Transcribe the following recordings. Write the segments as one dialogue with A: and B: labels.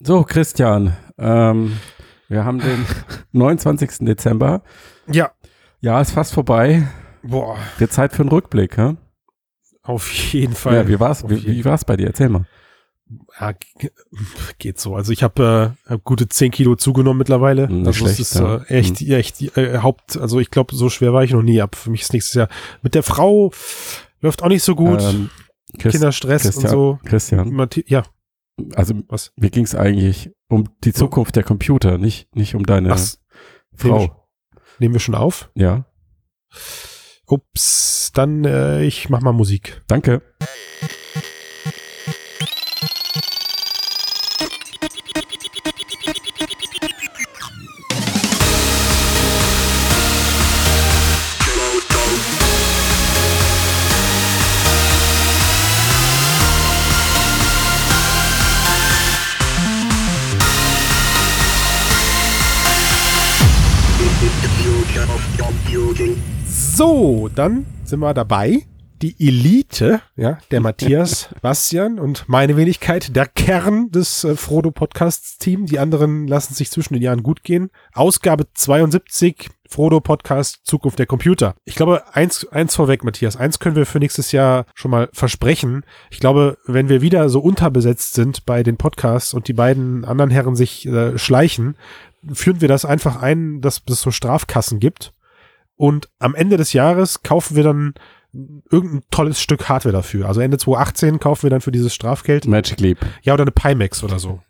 A: So, Christian, ähm, wir haben den 29. Dezember.
B: Ja.
A: Ja, ist fast vorbei.
B: Boah,
A: Wird Zeit für einen Rückblick. Hä?
B: auf jeden Fall.
A: Ja, wie war's?
B: Auf
A: Wie,
B: jeden
A: wie war's bei dir? Erzähl mal.
B: Ja, g- geht so. Also ich habe äh, hab gute 10 Kilo zugenommen mittlerweile.
A: Hm, nicht
B: also
A: schlecht,
B: es ist
A: ja. Mhm.
B: äh, echt, echt äh, Haupt, also ich glaube, so schwer war ich noch nie ab. Für mich ist nächstes Jahr. Mit der Frau läuft auch nicht so gut.
A: Ähm, Chris,
B: Kinderstress
A: Christian,
B: und so.
A: Christian,
B: Matti- Ja,
A: also
B: was?
A: mir ging es eigentlich um die Zukunft der Computer, nicht, nicht um deine
B: Ach, s-
A: Frau.
B: nehmen wir- Nehmen wir schon auf.
A: Ja,
B: Ups, dann äh, ich mach mal Musik.
A: danke.
B: So, dann sind wir dabei. Die Elite, ja, der Matthias, Bastian und meine Wenigkeit, der Kern des äh, Frodo Podcasts Team. Die anderen lassen sich zwischen den Jahren gut gehen. Ausgabe 72, Frodo Podcast Zukunft der Computer. Ich glaube, eins, eins vorweg, Matthias, eins können wir für nächstes Jahr schon mal versprechen. Ich glaube, wenn wir wieder so unterbesetzt sind bei den Podcasts und die beiden anderen Herren sich äh, schleichen, führen wir das einfach ein, dass es so Strafkassen gibt. Und am Ende des Jahres kaufen wir dann irgendein tolles Stück Hardware dafür. Also Ende 2018 kaufen wir dann für dieses Strafgeld.
A: Magic Leap.
B: Ja, oder eine Pimax oder so.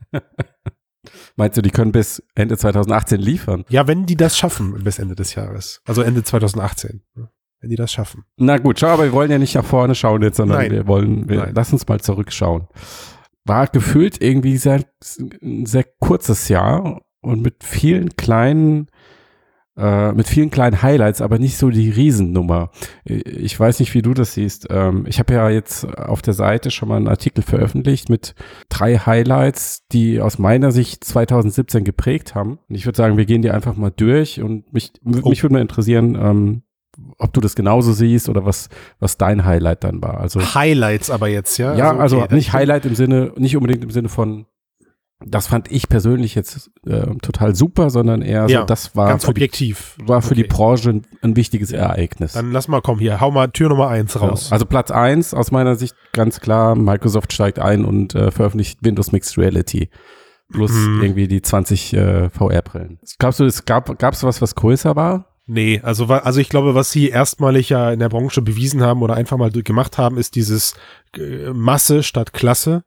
A: Meinst du, die können bis Ende 2018 liefern?
B: Ja, wenn die das schaffen bis Ende des Jahres. Also Ende 2018. ne? Wenn die das schaffen.
A: Na gut, schau, aber wir wollen ja nicht nach vorne schauen jetzt, sondern
B: Nein.
A: wir wollen, wir,
B: Nein.
A: lass uns mal zurückschauen. War gefühlt irgendwie sehr, ein sehr kurzes Jahr und mit vielen kleinen, äh, mit vielen kleinen Highlights, aber nicht so die Riesennummer. Ich weiß nicht, wie du das siehst. Ähm, ich habe ja jetzt auf der Seite schon mal einen Artikel veröffentlicht mit drei Highlights, die aus meiner Sicht 2017 geprägt haben. Und ich würde sagen, wir gehen die einfach mal durch und mich,
B: Oh.
A: mich würde mal interessieren, ähm, ob du das genauso siehst oder was, was dein Highlight dann war. Also,
B: Highlights aber jetzt, ja?
A: ja, also,
B: okay,
A: nicht
B: dann-
A: Highlight im Sinne, nicht unbedingt im Sinne von, das fand ich persönlich jetzt äh, total super, sondern eher
B: Ja,
A: so, das war,
B: Ganz
A: für die,
B: objektiv.
A: war für die
B: Okay.
A: Branche ein, ein wichtiges Ereignis.
B: Dann lass mal kommen hier. Hau mal Tür Nummer eins raus.
A: Ja, Also Platz eins aus meiner Sicht ganz klar, Microsoft steigt ein und äh, veröffentlicht Windows Mixed Reality. Plus
B: Mhm.
A: irgendwie die 20 äh, VR-Brillen. Glaubst du, es gab es was, was größer war?
B: Nee, also, wa- also ich glaube, was sie erstmalig ja in der Branche bewiesen haben oder einfach mal durch- gemacht haben, ist dieses äh, Masse statt Klasse.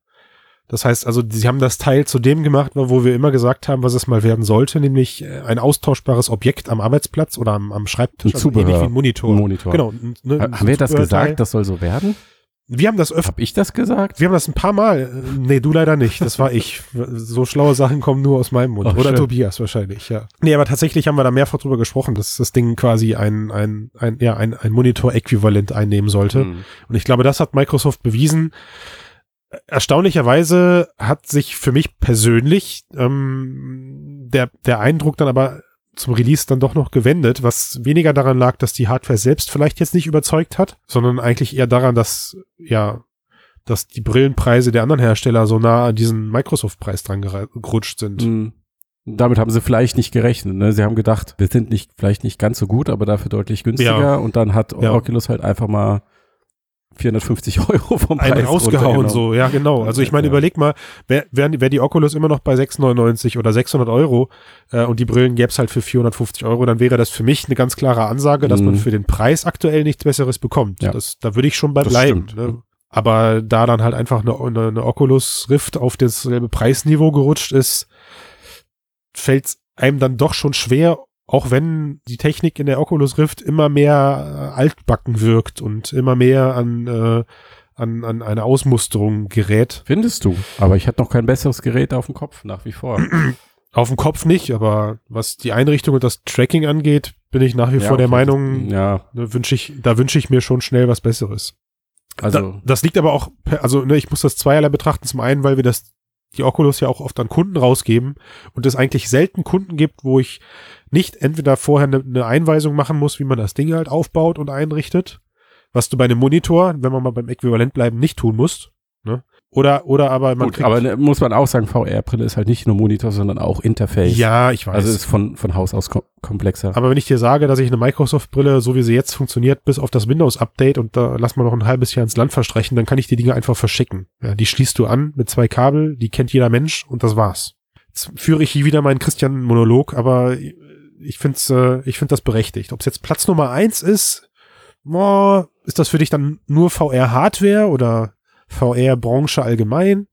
B: Das heißt also, sie haben das Teil zu dem gemacht, wo wir immer gesagt haben, was es mal werden sollte, nämlich äh, ein austauschbares Objekt am Arbeitsplatz oder am, am Schreibtisch, also
A: Ein Zubehör.
B: ähnlich wie ein Monitor.
A: Monitor.
B: Genau. n- ne,
A: Ha-
B: ein
A: Haben wir das
B: Zubehörteil.
A: gesagt, das soll so werden?
B: Wir haben das öfter.
A: Hab ich das gesagt?
B: Wir haben das ein paar Mal. äh, Nee, du leider nicht. Das war ich. So schlaue Sachen kommen nur aus meinem Mund.
A: Oh,
B: Oder
A: schön.
B: Tobias wahrscheinlich, ja. Nee, aber tatsächlich haben wir da mehrfach drüber gesprochen, dass das Ding quasi ein, ein, ein, ja, ein, ein Monitor-Äquivalent einnehmen sollte.
A: Hm.
B: Und ich glaube, das hat Microsoft bewiesen. Erstaunlicherweise hat sich für mich persönlich ähm, der, der Eindruck dann aber zum Release dann doch noch gewendet, was weniger daran lag, dass die Hardware selbst vielleicht jetzt nicht überzeugt hat, sondern eigentlich eher daran, dass ja, dass die Brillenpreise der anderen Hersteller so nah an diesen Microsoft-Preis dran gera- gerutscht sind.
A: Hm. Damit haben sie vielleicht nicht gerechnet. Ne? Sie haben gedacht, wir sind nicht, vielleicht nicht ganz so gut, aber dafür deutlich günstiger.
B: Ja.
A: Und dann hat
B: Ja.
A: Oculus halt einfach mal 450 Euro vom Preis
B: einen rausgehauen,
A: runtergenommen.
B: so, ja, genau. Also ich meine,
A: Ja.
B: überleg mal, wäre wär, wär die Oculus immer noch bei 6,99 oder 600 Euro äh, und die Brillen gäb's halt für 450 Euro, dann wäre das für mich eine ganz klare Ansage, dass
A: Mhm.
B: man für den Preis aktuell nichts Besseres bekommt.
A: Ja.
B: Das, da würde ich schon bei
A: Das
B: bleiben.
A: stimmt.
B: Ne? Aber da dann halt einfach eine, eine, eine Oculus Rift auf dasselbe Preisniveau gerutscht ist, fällt's einem dann doch schon schwer, auch wenn die Technik in der Oculus Rift immer mehr äh, altbacken wirkt und immer mehr an, äh, an, an eine Ausmusterung gerät.
A: Findest du? Aber ich hatte noch kein besseres Gerät auf dem Kopf, nach wie vor.
B: Auf dem Kopf nicht, aber was die Einrichtung und das Tracking angeht, bin ich nach wie vor der
A: okay,
B: Meinung,
A: das- Ja,
B: ne, wünsch ich, da wünsche ich mir schon schnell was Besseres. da,
A: also
B: das liegt aber auch, per- also ne, ich muss das zweierlei betrachten. Zum einen, weil wir das, die Oculus ja auch oft an Kunden rausgeben und es eigentlich selten Kunden gibt, wo ich nicht entweder vorher eine ne Einweisung machen muss, wie man das Ding halt aufbaut und einrichtet, was du bei einem Monitor, wenn wir mal beim Äquivalent bleiben, nicht tun musst. Ne? Oder, oder aber man
A: Gut, aber ne, muss man auch sagen, VR-Brille ist halt nicht nur Monitor, sondern auch Interface.
B: ja, ich weiß.
A: also ist von, von Haus aus kom komplexer.
B: aber wenn ich dir sage, dass ich eine Microsoft-Brille, so wie sie jetzt funktioniert, bis auf das Windows-Update und da lass mal noch ein halbes Jahr ins Land verstreichen, dann kann ich die Dinge einfach verschicken. Ja, die schließt du an mit zwei Kabel, die kennt jeder Mensch und das war's. Jetzt führe ich hier wieder meinen Christian-Monolog, aber ich find's, äh, ich find das berechtigt. Ob es jetzt Platz Nummer eins ist, boah, ist das für dich dann nur VR-Hardware oder VR-Branche allgemein?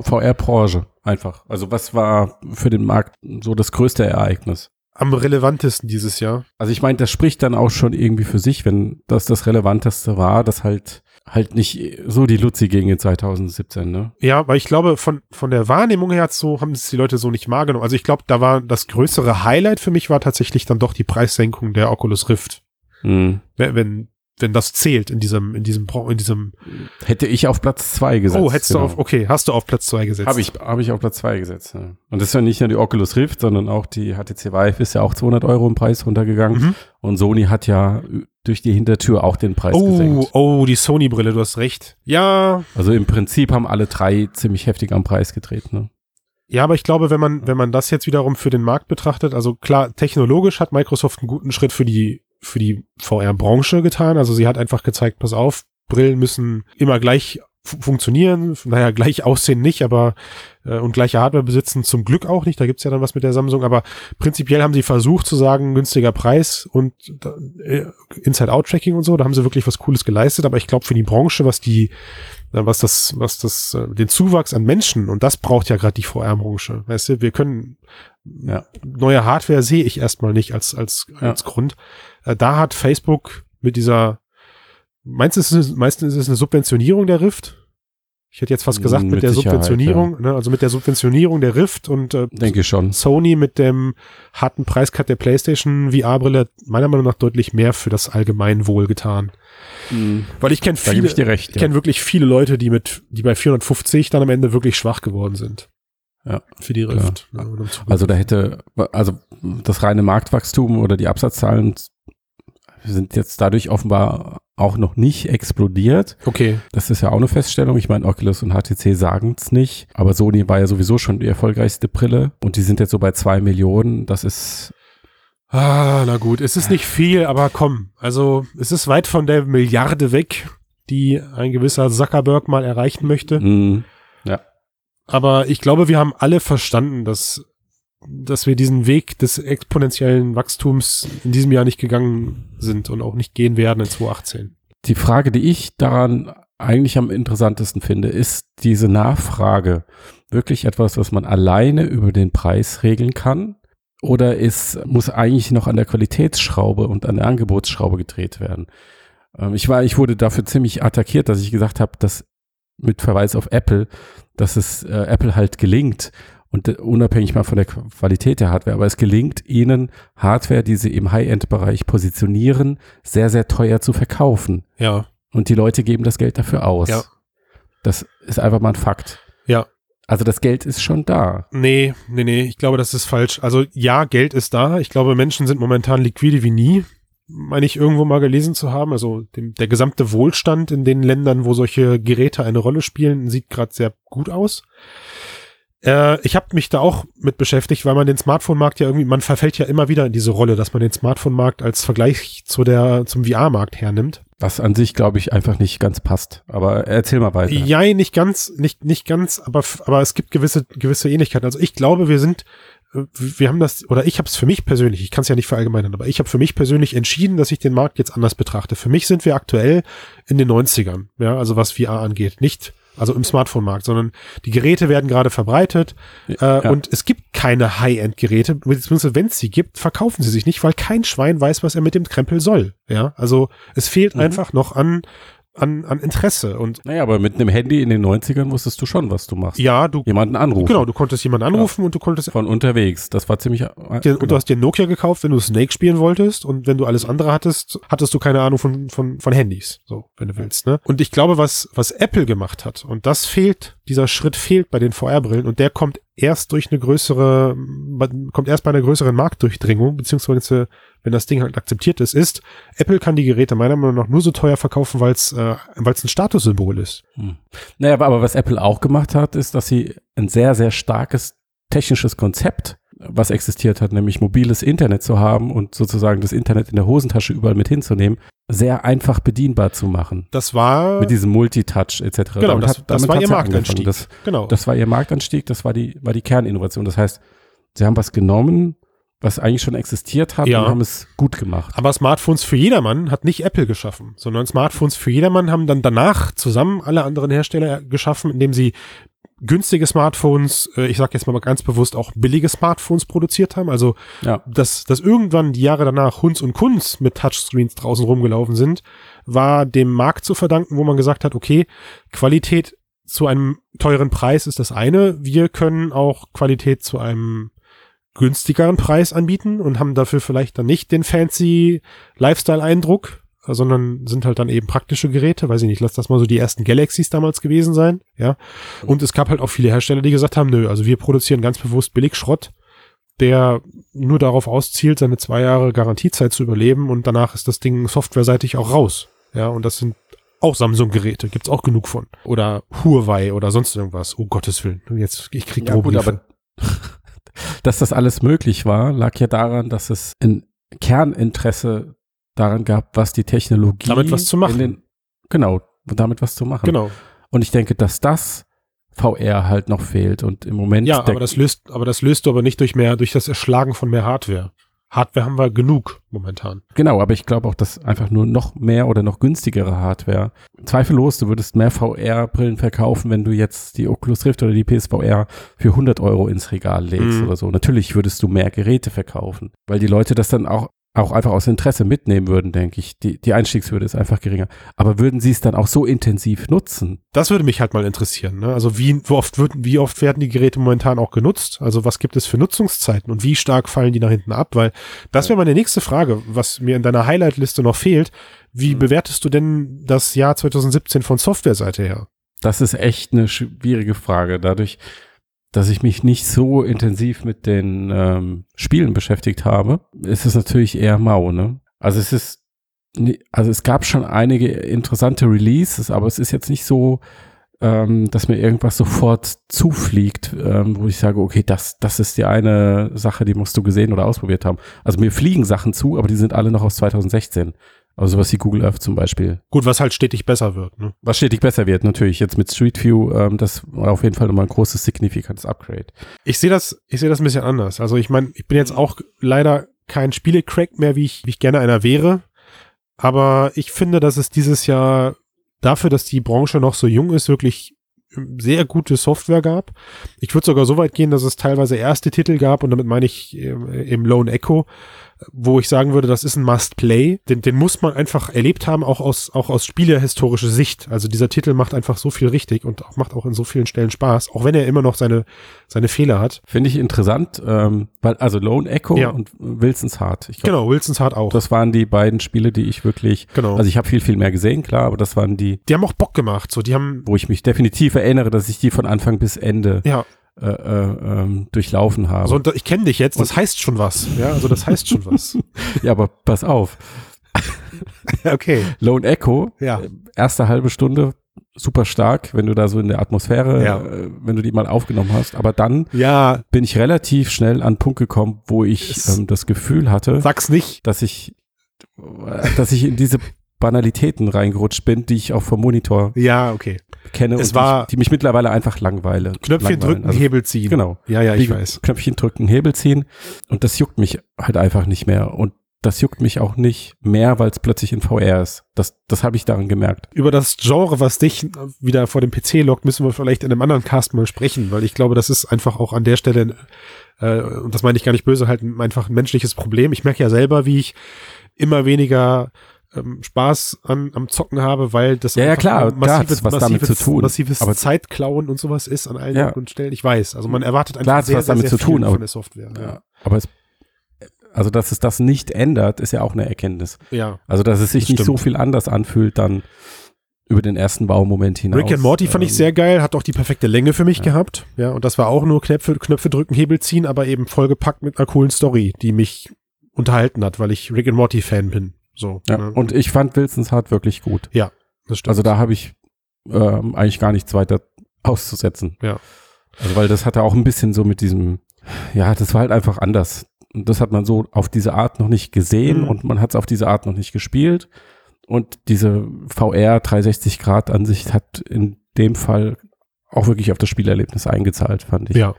A: VR-Branche einfach. Also was war für den Markt so das größte Ereignis?
B: Am relevantesten dieses Jahr.
A: Also ich meine, das spricht dann auch schon irgendwie für sich, wenn das das Relevanteste war, dass halt halt nicht so die Luzi ging in 2017, ne?
B: Ja, weil ich glaube, von, von der Wahrnehmung her hat's so, haben es die Leute so nicht wahrgenommen. Also ich glaube, da war das größere Highlight für mich war tatsächlich dann doch die Preissenkung der Oculus Rift.
A: Hm.
B: Wenn, wenn, wenn das zählt in diesem, in diesem, Bra- in diesem,
A: Hätte ich auf Platz zwei gesetzt.
B: oh, hättest du auf, okay, hast du auf Platz zwei gesetzt.
A: Habe ich, genau. hab ich auf Platz zwei gesetzt. Ja. Und das ist ja nicht nur die Oculus Rift, sondern auch die HTC Vive ist ja auch 200 Euro im Preis runtergegangen.
B: Mhm.
A: Und Sony hat ja durch die Hintertür auch den Preis
B: Oh,
A: gesenkt.
B: oh, die Sony-Brille, du hast recht. Ja,
A: Also im Prinzip haben alle drei ziemlich heftig am Preis getreten. Ne?
B: Ja, aber ich glaube, wenn man, wenn man das jetzt wiederum für den Markt betrachtet, also klar, technologisch hat Microsoft einen guten Schritt für die, für die VR-Branche getan. Also sie hat einfach gezeigt, pass auf, Brillen müssen immer gleich fu- funktionieren, naja, gleich aussehen nicht, aber äh, und gleiche Hardware besitzen zum Glück auch nicht. Da gibt's ja dann was mit der Samsung, aber prinzipiell haben sie versucht zu sagen, günstiger Preis und da- äh, Inside-Out-Tracking und so, da haben sie wirklich was Cooles geleistet, aber ich glaube für die Branche, was die na, was das, was das, äh, den Zuwachs an Menschen und das braucht ja gerade die VR-Branche. Weißt du, wir können
A: Ja.
B: neue Hardware sehe ich erstmal nicht als als
A: Ja.
B: als Grund. Äh, Da hat Facebook mit dieser meinst du, es ist, meistens ist es eine Subventionierung der Rift? Ich hätte jetzt fast gesagt
A: Mm,
B: mit,
A: mit
B: der
A: Sicherheit,
B: Subventionierung, ne, also mit der Subventionierung der Rift und äh,
A: Denke ich schon.
B: Sony mit dem harten Preiscut der PlayStation VR-Brille meiner Meinung nach deutlich mehr für das Allgemeinwohl getan. Weil ich kenne
A: Da gebe
B: viele,
A: ich dir recht.
B: ich kenne wirklich viele Leute, die mit, die bei 450 dann am Ende wirklich schwach geworden sind.
A: Ja,
B: Für die
A: klar.
B: Rift. ne, und um zu-
A: Also da hätte, also das reine Marktwachstum oder die Absatzzahlen sind jetzt dadurch offenbar auch noch nicht explodiert.
B: okay.
A: Das ist ja auch eine Feststellung. Ich meine, Oculus und HTC sagen es nicht, aber Sony war ja sowieso schon die erfolgreichste Brille und die sind jetzt so bei zwei Millionen. Das ist
B: Ah, na gut. Es ist nicht viel, aber komm. Also, es ist weit von der Milliarde weg, die ein gewisser Zuckerberg mal erreichen möchte.
A: mh,
B: Aber ich glaube, wir haben alle verstanden, dass, dass wir diesen Weg des exponentiellen Wachstums in diesem Jahr nicht gegangen sind und auch nicht gehen werden in 2018.
A: die Frage, die ich daran eigentlich am interessantesten finde, ist diese Nachfrage wirklich etwas, was man alleine über den Preis regeln kann? Oder ist, muss eigentlich noch an der Qualitätsschraube und an der Angebotsschraube gedreht werden? Ähm, ich war, ich wurde dafür ziemlich attackiert, dass ich gesagt habe, dass mit Verweis auf Apple, dass es äh, Apple halt gelingt und äh, unabhängig mal von der Qu- Qualität der Hardware, aber es gelingt ihnen Hardware, die sie im High-End-Bereich positionieren, sehr, sehr teuer zu verkaufen.
B: Ja.
A: Und die Leute geben das Geld dafür aus.
B: Ja.
A: Das ist einfach mal ein Fakt.
B: Ja.
A: Also das Geld ist schon da.
B: Nee, nee, nee, ich glaube, das ist falsch. Also ja, Geld ist da. Ich glaube, Menschen sind momentan liquide wie nie, meine ich irgendwo mal gelesen zu haben. Also dem, der gesamte Wohlstand in den Ländern, wo solche Geräte eine Rolle spielen, sieht gerade sehr gut aus. Äh, ich habe mich da auch mit beschäftigt, weil man den Smartphone-Markt ja irgendwie, man verfällt ja immer wieder in diese Rolle, dass man den Smartphone-Markt als Vergleich zu der, zum VR-Markt hernimmt.
A: Was an sich, glaube ich, einfach nicht ganz passt. Aber erzähl mal weiter.
B: Ja, nicht ganz, nicht, nicht ganz, aber, f- aber es gibt gewisse, gewisse Ähnlichkeiten. Also ich glaube, wir sind, äh, wir haben das, oder ich habe es für mich persönlich, ich kann es ja nicht verallgemeinern, aber ich habe für mich persönlich entschieden, dass ich den Markt jetzt anders betrachte. Für mich sind wir aktuell in den 90ern, ja, also was VR angeht. Nicht, also im Smartphone-Markt, sondern die Geräte werden gerade verbreitet äh,
A: Ja.
B: und es gibt keine High-End-Geräte, beziehungsweise wenn es sie gibt, verkaufen sie sich nicht, weil kein Schwein weiß, was er mit dem Krempel soll. Ja, also es fehlt
A: Mhm.
B: einfach noch an, an, an Interesse und
A: Naja, aber mit einem Handy in den 90ern wusstest du schon, was du machst.
B: ja, du
A: Jemanden anrufen.
B: Genau, du konntest jemanden anrufen und du konntest
A: Von unterwegs. Das war ziemlich. äh,
B: dir, und du
A: genau. Mhm.
B: hast dir Nokia gekauft, wenn du Snake spielen wolltest und wenn du alles andere hattest, hattest du keine Ahnung von, von, von Handys, so, wenn du willst, ne? Und ich glaube, was, was Apple gemacht hat, und das fehlt dieser Schritt fehlt bei den VR-Brillen und der kommt erst durch eine größere, kommt erst bei einer größeren Marktdurchdringung, beziehungsweise wenn das Ding halt akzeptiert ist, ist, Apple kann die Geräte meiner Meinung nach nur so teuer verkaufen, weil es äh, weil's ein Statussymbol ist.
A: Hm. Naja, aber, aber was Apple auch gemacht hat, ist, dass sie ein sehr, sehr starkes technisches Konzept, was existiert hat, nämlich mobiles Internet zu haben und sozusagen das Internet in der Hosentasche überall mit hinzunehmen, sehr einfach bedienbar zu machen.
B: Das war.
A: Mit diesem Multitouch etc.
B: Äh. Genau,
A: Damit
B: das,
A: hat-
B: das
A: damit
B: war
A: hat's
B: ihr
A: ja
B: Marktanstieg.
A: angefangen. Das,
B: genau.
A: das war ihr Marktanstieg, das war die, war die Kerninnovation. Das heißt, sie haben was genommen, was eigentlich schon existiert hat
B: Ja.
A: und haben es gut gemacht.
B: Aber Smartphones für jedermann hat nicht Apple geschaffen, sondern Smartphones für jedermann haben dann danach zusammen alle anderen Hersteller geschaffen, indem sie günstige Smartphones, äh, ich sage jetzt mal ganz bewusst auch billige Smartphones produziert haben. Also
A: Ja.
B: dass, dass irgendwann die Jahre danach Hunds und Kunz mit Touchscreens draußen rumgelaufen sind, war dem Markt zu verdanken, wo man gesagt hat, okay, Qualität zu einem teuren Preis ist das eine, wir können auch Qualität zu einem günstigeren Preis anbieten und haben dafür vielleicht dann nicht den fancy Lifestyle-Eindruck, äh, sondern sind halt dann eben praktische Geräte, weiß ich nicht, lass das mal so die ersten Galaxies damals gewesen sein, ja.
A: Mhm.
B: Und es gab halt auch viele Hersteller, die gesagt haben, nö, also wir produzieren ganz bewusst Billigschrott, der nur darauf auszielt, seine zwei Jahre Garantiezeit zu überleben und danach ist das Ding softwareseitig auch raus. Ja, und das sind auch Samsung-Geräte, gibt's auch genug von. Oder Huawei oder sonst irgendwas. Oh Gottes Willen, jetzt, ich krieg
A: Ja, gut,
B: Drohbriefe.
A: aber dass das alles möglich war, lag ja daran, dass es ein Kerninteresse daran gab, was die Technologie
B: Damit was zu machen.
A: in den- genau, damit was zu machen.
B: genau.
A: Und ich denke, dass das VR halt noch fehlt und im Moment
B: Ja,
A: der-
B: aber das löst, aber das löst du aber nicht durch mehr, durch das Erschlagen von mehr Hardware. Hardware haben wir genug momentan.
A: Genau, aber ich glaube auch, dass einfach nur noch mehr oder noch günstigere Hardware. Zweifellos, du würdest mehr VR-Brillen verkaufen, wenn du jetzt die Oculus Rift oder die PSVR für 100 Euro ins Regal legst
B: Mhm.
A: oder so. Natürlich würdest du mehr Geräte verkaufen, weil die Leute das dann auch, auch einfach aus Interesse mitnehmen würden, denke ich. Die, die Einstiegshürde ist einfach geringer. Aber würden sie es dann auch so intensiv nutzen?
B: Das würde mich halt mal interessieren. Ne? Also wie, wie, oft wird, wie oft werden die Geräte momentan auch genutzt? Also was gibt es für Nutzungszeiten und wie stark fallen die nach hinten ab? Weil das wäre meine nächste Frage, was mir in deiner Highlight-Liste noch fehlt. Wie bewertest du denn das Jahr 2017 von Softwareseite her?
A: Das ist echt eine schwierige Frage. Dadurch, dass ich mich nicht so intensiv mit den ähm, Spielen beschäftigt habe, ist es natürlich eher mau, ne? Also es ist, ni- also es gab schon einige interessante Releases, aber es ist jetzt nicht so, ähm, dass mir irgendwas sofort zufliegt, ähm, wo ich sage, okay, das, das ist die eine Sache, die musst du gesehen oder ausprobiert haben. Also mir fliegen Sachen zu, aber die sind alle noch aus 2016. Also sowas wie Google Earth zum Beispiel.
B: Gut, was halt stetig besser wird. Ne?
A: Was stetig besser wird, natürlich. Jetzt mit Street View, ähm, das war auf jeden Fall nochmal ein großes, signifikantes Upgrade.
B: Ich sehe das, ich sehe das ein bisschen anders. Also ich meine, ich bin jetzt auch leider kein Spielecrack mehr, wie ich, wie ich gerne einer wäre. Aber ich finde, dass es dieses Jahr dafür, dass die Branche noch so jung ist, wirklich ähm, sehr gute Software gab. Ich würde sogar so weit gehen, dass es teilweise erste Titel gab und damit meine ich äh, im Lone Echo, wo ich sagen würde, das ist ein Must-Play. Den, den muss man einfach erlebt haben, auch aus, auch aus spielerhistorischer Sicht. Also dieser Titel macht einfach so viel richtig und auch, macht auch in so vielen Stellen Spaß, auch wenn er immer noch seine, seine Fehler hat.
A: Finde ich interessant, ähm, weil, also Lone Echo
B: Ja.
A: und Wilson's Heart. Ich glaub,
B: Genau, Wilson's Hard auch.
A: Das waren die beiden Spiele, die ich wirklich,
B: genau.
A: also ich habe viel, viel mehr gesehen, klar, aber das waren die,
B: die haben auch Bock gemacht. So, die haben,
A: wo ich mich definitiv erinnere, dass ich die von Anfang bis Ende
B: ja,
A: äh, äh, ähm, durchlaufen habe.
B: so, und da- ich kenne dich jetzt, das heißt schon was. Ja, also das heißt schon was.
A: Ja, aber pass auf.
B: Ja, okay.
A: Lone Echo
B: Ja.
A: erste halbe Stunde super stark, wenn du da so in der Atmosphäre,
B: Ja.
A: äh, wenn du die mal aufgenommen hast. Aber dann
B: Ja,
A: bin ich relativ schnell an einen Punkt gekommen, wo ich
B: Es-
A: ähm, das Gefühl hatte,
B: sag's nicht.
A: dass ich, äh, dass ich in diese Banalitäten reingerutscht bin, die ich auch vom Monitor
B: Ja, okay.
A: kenne
B: Es
A: und die,
B: war-
A: ich, die mich mittlerweile einfach langweile.
B: Knöpfchen
A: langweilen.
B: drücken, Hebel ziehen.
A: Genau.
B: Ja, ja, ich
A: Wie-
B: weiß.
A: Knöpfchen drücken, Hebel ziehen. Und das juckt mich halt einfach nicht mehr. Und das juckt mich auch nicht mehr, weil es plötzlich in VR ist. Das, das habe ich daran gemerkt.
B: Über das Genre, was dich wieder vor dem PC lockt, müssen wir vielleicht in einem anderen Cast mal sprechen, weil ich glaube, das ist einfach auch an der Stelle, äh, und das meine ich gar nicht böse, halt ein- einfach ein menschliches Problem. Ich merke ja selber, wie ich immer weniger ähm, Spaß an, am Zocken habe, weil das
A: Ja, ja,
B: einfach
A: klar,
B: ein
A: klar hat's was damit
B: massives-
A: zu tun.
B: massives
A: Aber-
B: Zeitklauen und sowas ist an allen
A: Ja. Mhm.
B: Ecken und Stellen. Ich weiß, also man erwartet einfach
A: Klar hat's
B: sehr,
A: was
B: sehr,
A: damit
B: sehr
A: zu
B: viel
A: tun, aber-
B: von der Software. Ja.
A: Ja. Aber es, also, dass es das nicht ändert, ist ja auch eine Erkenntnis.
B: ja.
A: Also, dass es sich
B: Das
A: nicht so
B: stimmt.
A: viel anders anfühlt, dann über den ersten Baumoment hinaus. Ähm,
B: Rick and Morty fand ich sehr geil, hat auch die perfekte Länge für mich
A: Genau, Ja.
B: gehabt. Ja, und das war auch nur Knöpfe, Knöpfe drücken, Hebel ziehen, aber eben vollgepackt mit einer coolen Story, die mich unterhalten hat, weil ich Rick and Morty Fan bin. So.
A: Ja,
B: ne?
A: und ich fand Wilsons Hart wirklich gut.
B: das stimmt.
A: Also da habe ich ähm, eigentlich gar nichts weiter auszusetzen.
B: Ja.
A: Also weil das hatte auch ein bisschen so mit diesem, ja, das war halt einfach anders. Und das hat man so auf diese Art noch nicht gesehen
B: Mhm.
A: und man hat es auf diese Art noch nicht gespielt. Und diese VR 360 Grad Ansicht hat in dem Fall auch wirklich auf das Spielerlebnis eingezahlt, fand also ich.
B: ja,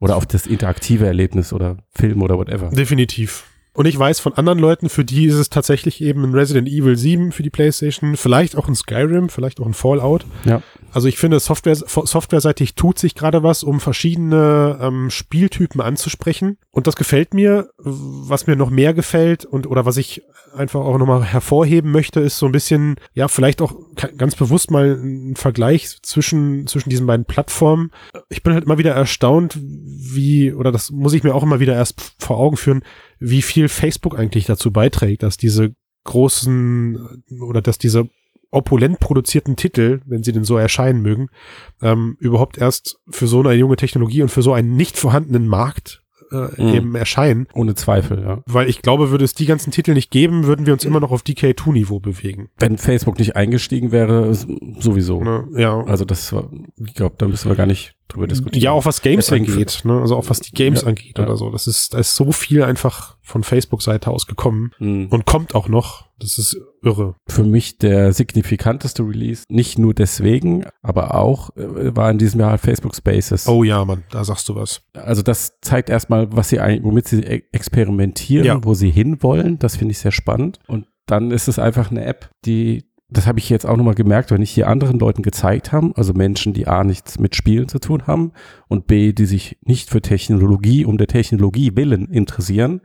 A: Oder auf das interaktive Erlebnis oder Film oder whatever.
B: definitiv. Und ich weiß von anderen Leuten, für die ist es tatsächlich eben ein Resident Evil 7 für die Playstation, vielleicht auch ein Skyrim, vielleicht auch ein Fallout.
A: Ja.
B: Also ich finde, Software, softwareseitig tut sich gerade was, um verschiedene ähm, Spieltypen anzusprechen. Und das gefällt mir. Was mir noch mehr gefällt und oder was ich einfach auch nochmal hervorheben möchte, ist so ein bisschen, ja, vielleicht auch ka- ganz bewusst mal ein Vergleich zwischen, zwischen diesen beiden Plattformen. Ich bin halt immer wieder erstaunt, wie, oder das muss ich mir auch immer wieder erst vor Augen führen, wie viel Facebook eigentlich dazu beiträgt, dass diese großen oder dass diese opulent produzierten Titel, wenn sie denn so erscheinen mögen, ähm, überhaupt erst für so eine junge Technologie und für so einen nicht vorhandenen Markt äh,
A: Mhm.
B: eben erscheinen.
A: Ohne Zweifel, ja.
B: Weil ich glaube, würde es die ganzen Titel nicht geben, würden wir uns immer noch auf DK2-Niveau bewegen.
A: Wenn Facebook nicht eingestiegen wäre, s- sowieso.
B: Ne? Ja.
A: Also das war, ich glaube, da müssen wir gar nicht drüber diskutieren.
B: Ja, auch was Games
A: Deswegen-
B: angeht, ne? also auch was die Games
A: Ja.
B: angeht
A: Ja.
B: oder so. Das ist, da ist so viel einfach von Facebook-Seite aus gekommen
A: Mhm.
B: und kommt auch noch. Das ist irre.
A: für mich der signifikanteste Release, nicht nur deswegen, aber auch äh, war in diesem Jahr Facebook Spaces.
B: Oh ja, Mann, da sagst du was.
A: Also das zeigt erstmal, was sie eigentlich, womit sie e- experimentieren,
B: Ja.
A: wo sie hinwollen. Das finde ich sehr spannend. Und dann ist es einfach eine App, die das habe ich jetzt auch nochmal gemerkt, wenn ich hier anderen Leuten gezeigt haben, also Menschen, die A, nichts mit Spielen zu tun haben und B, die sich nicht für Technologie um der Technologie willen interessieren,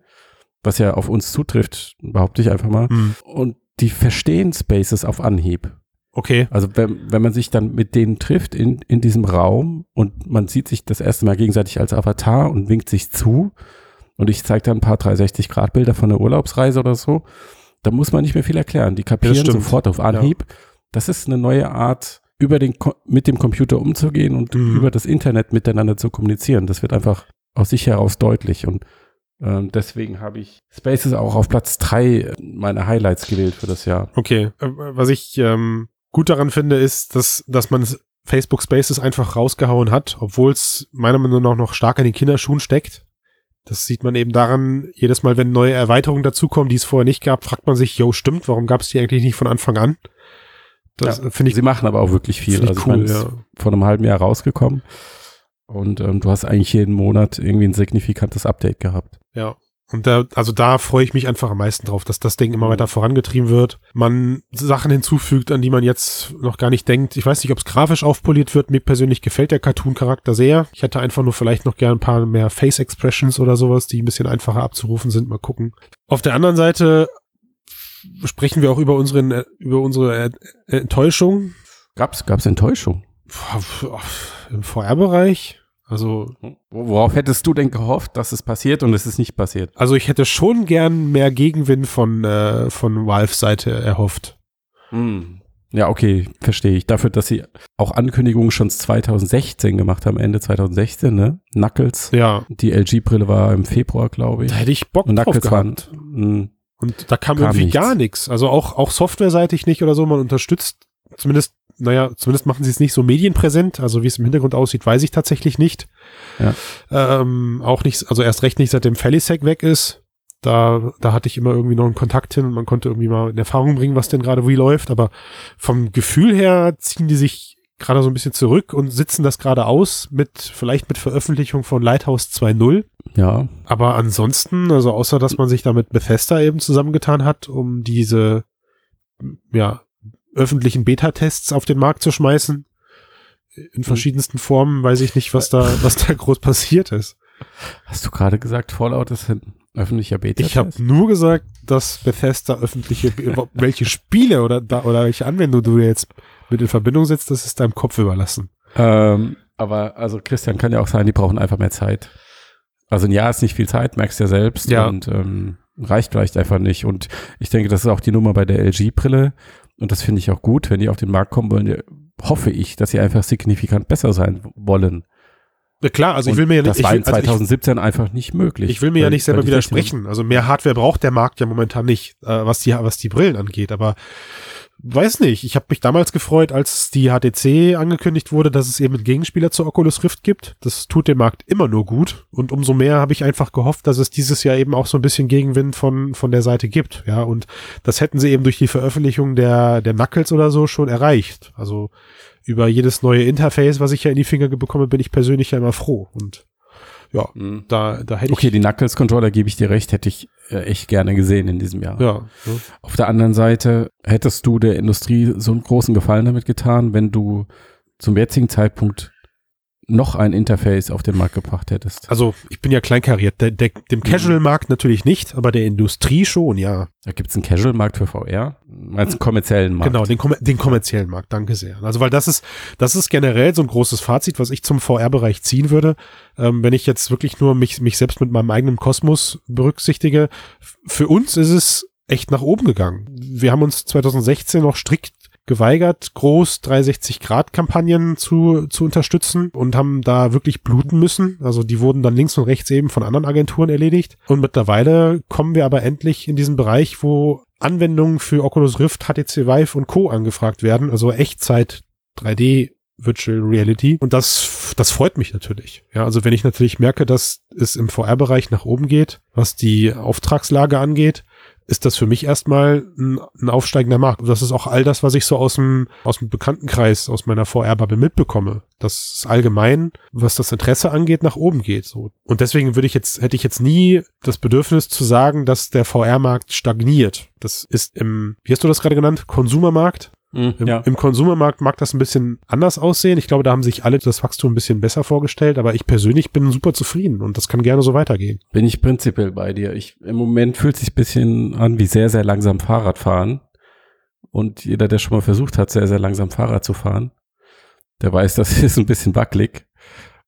A: was ja auf uns zutrifft, behaupte ich einfach mal.
B: Hm.
A: Und die verstehen Spaces auf Anhieb.
B: Okay.
A: Also wenn, wenn man sich dann mit denen trifft in, in diesem Raum und man sieht sich das erste Mal gegenseitig als Avatar und winkt sich zu und ich zeige dann ein paar 360-Grad-Bilder von einer Urlaubsreise oder so, da muss man nicht mehr viel erklären. Die kapieren
B: stimmt.
A: sofort auf Anhieb. Das ist eine neue Art, über den Ko mit dem Computer umzugehen und
B: Mhm.
A: über das Internet miteinander zu kommunizieren. Das wird einfach aus sich heraus deutlich und ähm, deswegen habe ich Spaces auch auf Platz drei meiner Highlights gewählt für das Jahr.
B: Okay. Äh, Was ich ähm, gut daran finde, ist, dass, dass man es- Facebook Spaces einfach rausgehauen hat, obwohl es meiner Meinung nach noch stark an den Kinderschuhen steckt. Das sieht man eben daran, jedes Mal, wenn neue Erweiterungen dazukommen, die es vorher nicht gab, fragt man sich, yo, stimmt, warum gab es die eigentlich nicht von Anfang an? Das
A: Ja.
B: äh, finde ich,
A: Sie machen aber auch wirklich viel.
B: finde ich
A: also ich meine,
B: cool.
A: es ist
B: ja.
A: vor einem halben Jahr rausgekommen. Und ähm, du hast eigentlich jeden Monat irgendwie ein signifikantes Update gehabt.
B: Ja. Und da, also da freue ich mich einfach am meisten drauf, dass das Ding immer weiter vorangetrieben wird. Man Sachen hinzufügt, an die man jetzt noch gar nicht denkt. Ich weiß nicht, ob es grafisch aufpoliert wird. Mir persönlich gefällt der Cartoon-Charakter sehr. Ich hätte einfach nur vielleicht noch gern ein paar mehr Face-Expressions oder sowas, die ein bisschen einfacher abzurufen sind. Mal gucken. Auf der anderen Seite sprechen wir auch über unseren, äh, über unsere äh, Enttäuschung
A: Gab's, gab's Enttäuschung?
B: im VR-Bereich. Also
A: Hm. Worauf hättest du denn gehofft, dass es passiert und es ist nicht passiert?
B: Also ich hätte schon gern mehr Gegenwind von, äh, von Valve Seite erhofft.
A: Hm. Ja, okay, verstehe ich. Dafür, dass sie auch Ankündigungen schon 2016 gemacht haben, Ende 2016, ne? Knuckles.
B: Ja.
A: Die LG-Brille war im Februar, glaube ich.
B: Da hätte ich Bock
A: Und
B: drauf
A: Knuckles waren. Hm,
B: gehabt.
A: mh,
B: Und da kam,
A: kam
B: irgendwie
A: nichts.
B: gar nichts. Also auch, auch softwareseitig nicht oder so. Man unterstützt zumindest, naja, zumindest machen sie es nicht so medienpräsent. Also wie es im Hintergrund aussieht, weiß ich tatsächlich nicht.
A: Ja.
B: Ähm, auch nicht, also erst recht nicht seitdem Felisec weg ist. Da, da hatte ich immer irgendwie noch einen Kontakt hin und man konnte irgendwie mal in Erfahrung bringen, was denn gerade wie läuft. Aber vom Gefühl her ziehen die sich gerade so ein bisschen zurück und sitzen das gerade aus mit, vielleicht mit Veröffentlichung von Lighthouse 2.0.
A: ja,
B: Aber ansonsten, also außer dass man sich da mit Bethesda eben zusammengetan hat, um diese m, ja, öffentlichen Beta-Tests auf den Markt zu schmeißen, in verschiedensten Formen, weiß ich nicht, was da, was da groß passiert ist.
A: hast du gerade gesagt, Fallout ist ein öffentlicher Beta.
B: Ich habe nur gesagt, dass Bethesda öffentliche, äh, welche Spiele oder, da, oder welche Anwendung du jetzt mit in Verbindung setzt, das ist deinem Kopf überlassen.
A: Ähm, aber also Christian kann ja auch sein, die brauchen einfach mehr Zeit. Also ein Jahr ist nicht viel Zeit, merkst du ja selbst.
B: Ja.
A: Und ähm, reicht vielleicht einfach nicht. Und ich denke, das ist auch die Nummer bei der LG-Brille. und das finde ich auch gut, wenn die auf den Markt kommen wollen, hoffe ich, dass sie einfach signifikant besser sein wollen.
B: Na klar, also ich will
A: Und
B: mir ja nicht,
A: das
B: ich
A: war
B: will,
A: in
B: also ich,
A: 2017 einfach nicht möglich.
B: ich will mir ja
A: Weil-
B: nicht
A: weil
B: selber
A: die
B: widersprechen. Also mehr Hardware braucht der Markt ja momentan nicht, äh, was die, was die Brillen angeht. Aber weiß nicht, ich habe mich damals gefreut, als die HTC angekündigt wurde, dass es eben einen Gegenspieler zur Oculus Rift gibt. Das tut dem Markt immer nur gut. Und umso mehr habe ich einfach gehofft, dass es dieses Jahr eben auch so ein bisschen Gegenwind von, von der Seite gibt. Ja, und das hätten sie eben durch die Veröffentlichung der, der Knuckles oder so schon erreicht. Also über jedes neue Interface, was ich ja in die Finger bekomme, bin ich persönlich ja immer froh. Und ja,
A: Mhm.
B: da, da hätte ich
A: Okay, die Knuckles-Controller, gebe ich dir recht, hätte ich äh, echt gerne gesehen in diesem Jahr.
B: Ja, ne?
A: Auf der anderen Seite hättest du der Industrie so einen großen Gefallen damit getan, wenn du zum jetzigen Zeitpunkt noch ein Interface auf den Markt gebracht hättest.
B: also ich bin ja kleinkariert. Der, der, dem Casual-Markt natürlich nicht, aber der Industrie schon, ja.
A: Da gibt es einen Casual-Markt für VR, meinst du einen kommerziellen Markt?
B: Genau, den, kommer- den kommerziellen Markt, danke sehr. Also weil das ist, das ist generell so ein großes Fazit, was ich zum VR-Bereich ziehen würde. Ähm, wenn ich jetzt wirklich nur mich, mich selbst mit meinem eigenen Kosmos berücksichtige, f- für uns ist es echt nach oben gegangen. Wir haben uns 2016 noch strikt geweigert, groß 360-Grad-Kampagnen zu, zu unterstützen und haben da wirklich bluten müssen. Also die wurden dann links und rechts eben von anderen Agenturen erledigt. Und mittlerweile kommen wir aber endlich in diesen Bereich, wo Anwendungen für Oculus Rift, HTC Vive und Co. angefragt werden. Also Echtzeit 3D Virtual Reality. Und das, das freut mich natürlich. Ja, also wenn ich natürlich merke, dass es im VR-Bereich nach oben geht, was die Auftragslage angeht, ist das für mich erstmal ein, ein aufsteigender Markt. Und das ist auch all das, was ich so aus dem, aus dem Bekanntenkreis, aus meiner VR-Bubble mitbekomme. Das ist allgemein, was das Interesse angeht, nach oben geht. So. Und deswegen würde ich jetzt, hätte ich jetzt nie das Bedürfnis zu sagen, dass der VR-Markt stagniert. Das ist im, wie hast du das gerade genannt? Konsumermarkt?
A: Mhm,
B: Im,
A: ja.
B: Im Konsumermarkt mag das ein bisschen anders aussehen. Ich glaube, da haben sich alle das Wachstum ein bisschen besser vorgestellt, aber ich persönlich bin super zufrieden und das kann gerne so weitergehen.
A: Bin ich prinzipiell bei dir. Ich, Im Moment fühlt sich ein bisschen an wie sehr, sehr langsam Fahrradfahren. Und jeder, der schon mal versucht hat, sehr, sehr langsam Fahrrad zu fahren, der weiß, das ist ein bisschen wackelig.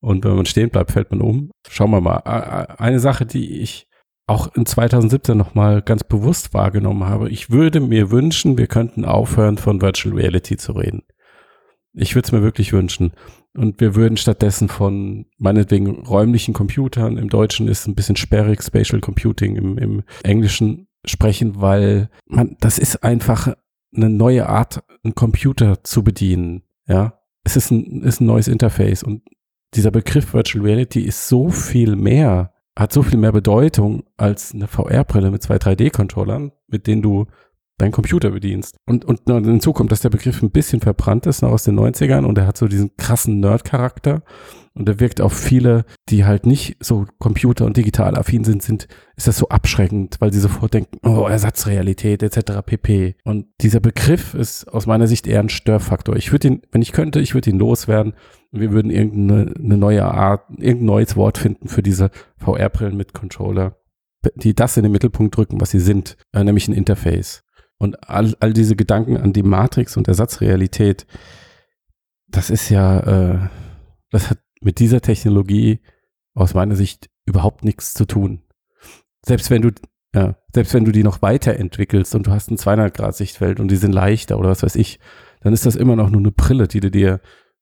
A: Und wenn man stehen bleibt, fällt man um. Schauen wir mal. A- a- Eine Sache, die ich auch in 2017 nochmal ganz bewusst wahrgenommen habe. Ich würde mir wünschen, wir könnten aufhören, von Virtual Reality zu reden. Ich würde es mir wirklich wünschen. Und wir würden stattdessen von meinetwegen räumlichen Computern, im Deutschen ist ein bisschen sperrig, Spatial Computing im, im Englischen sprechen, weil man, das ist einfach eine neue Art, einen Computer zu bedienen. Ja, es ist ein, ist ein neues Interface und dieser Begriff Virtual Reality ist so viel mehr, hat so viel mehr Bedeutung als eine VR-Brille mit zwei 3D-Controllern, mit denen du deinen Computer bedienst. Und, und noch hinzu kommt, dass der Begriff ein bisschen verbrannt ist, noch aus den 90ern und er hat so diesen krassen Nerd-Charakter und er wirkt auf viele, die halt nicht so computer- und digital affin sind, sind, ist das so abschreckend, weil sie sofort denken, oh, Ersatzrealität etc. pp. Und dieser Begriff ist aus meiner Sicht eher ein Störfaktor. Ich würde ihn, wenn ich könnte, ich würde ihn loswerden und wir würden irgendeine eine neue Art, irgendein neues Wort finden für diese VR-Brillen mit Controller, die das in den Mittelpunkt drücken, was sie sind, äh, nämlich ein Interface. Und all, all diese Gedanken an die Matrix und Ersatzrealität, das ist ja, äh, das hat mit dieser Technologie aus meiner Sicht überhaupt nichts zu tun. Selbst wenn du, ja, selbst wenn du die noch weiterentwickelst und du hast ein 200-Grad-Sichtfeld und die sind leichter oder was weiß ich, dann ist das immer noch nur eine Brille, die du dir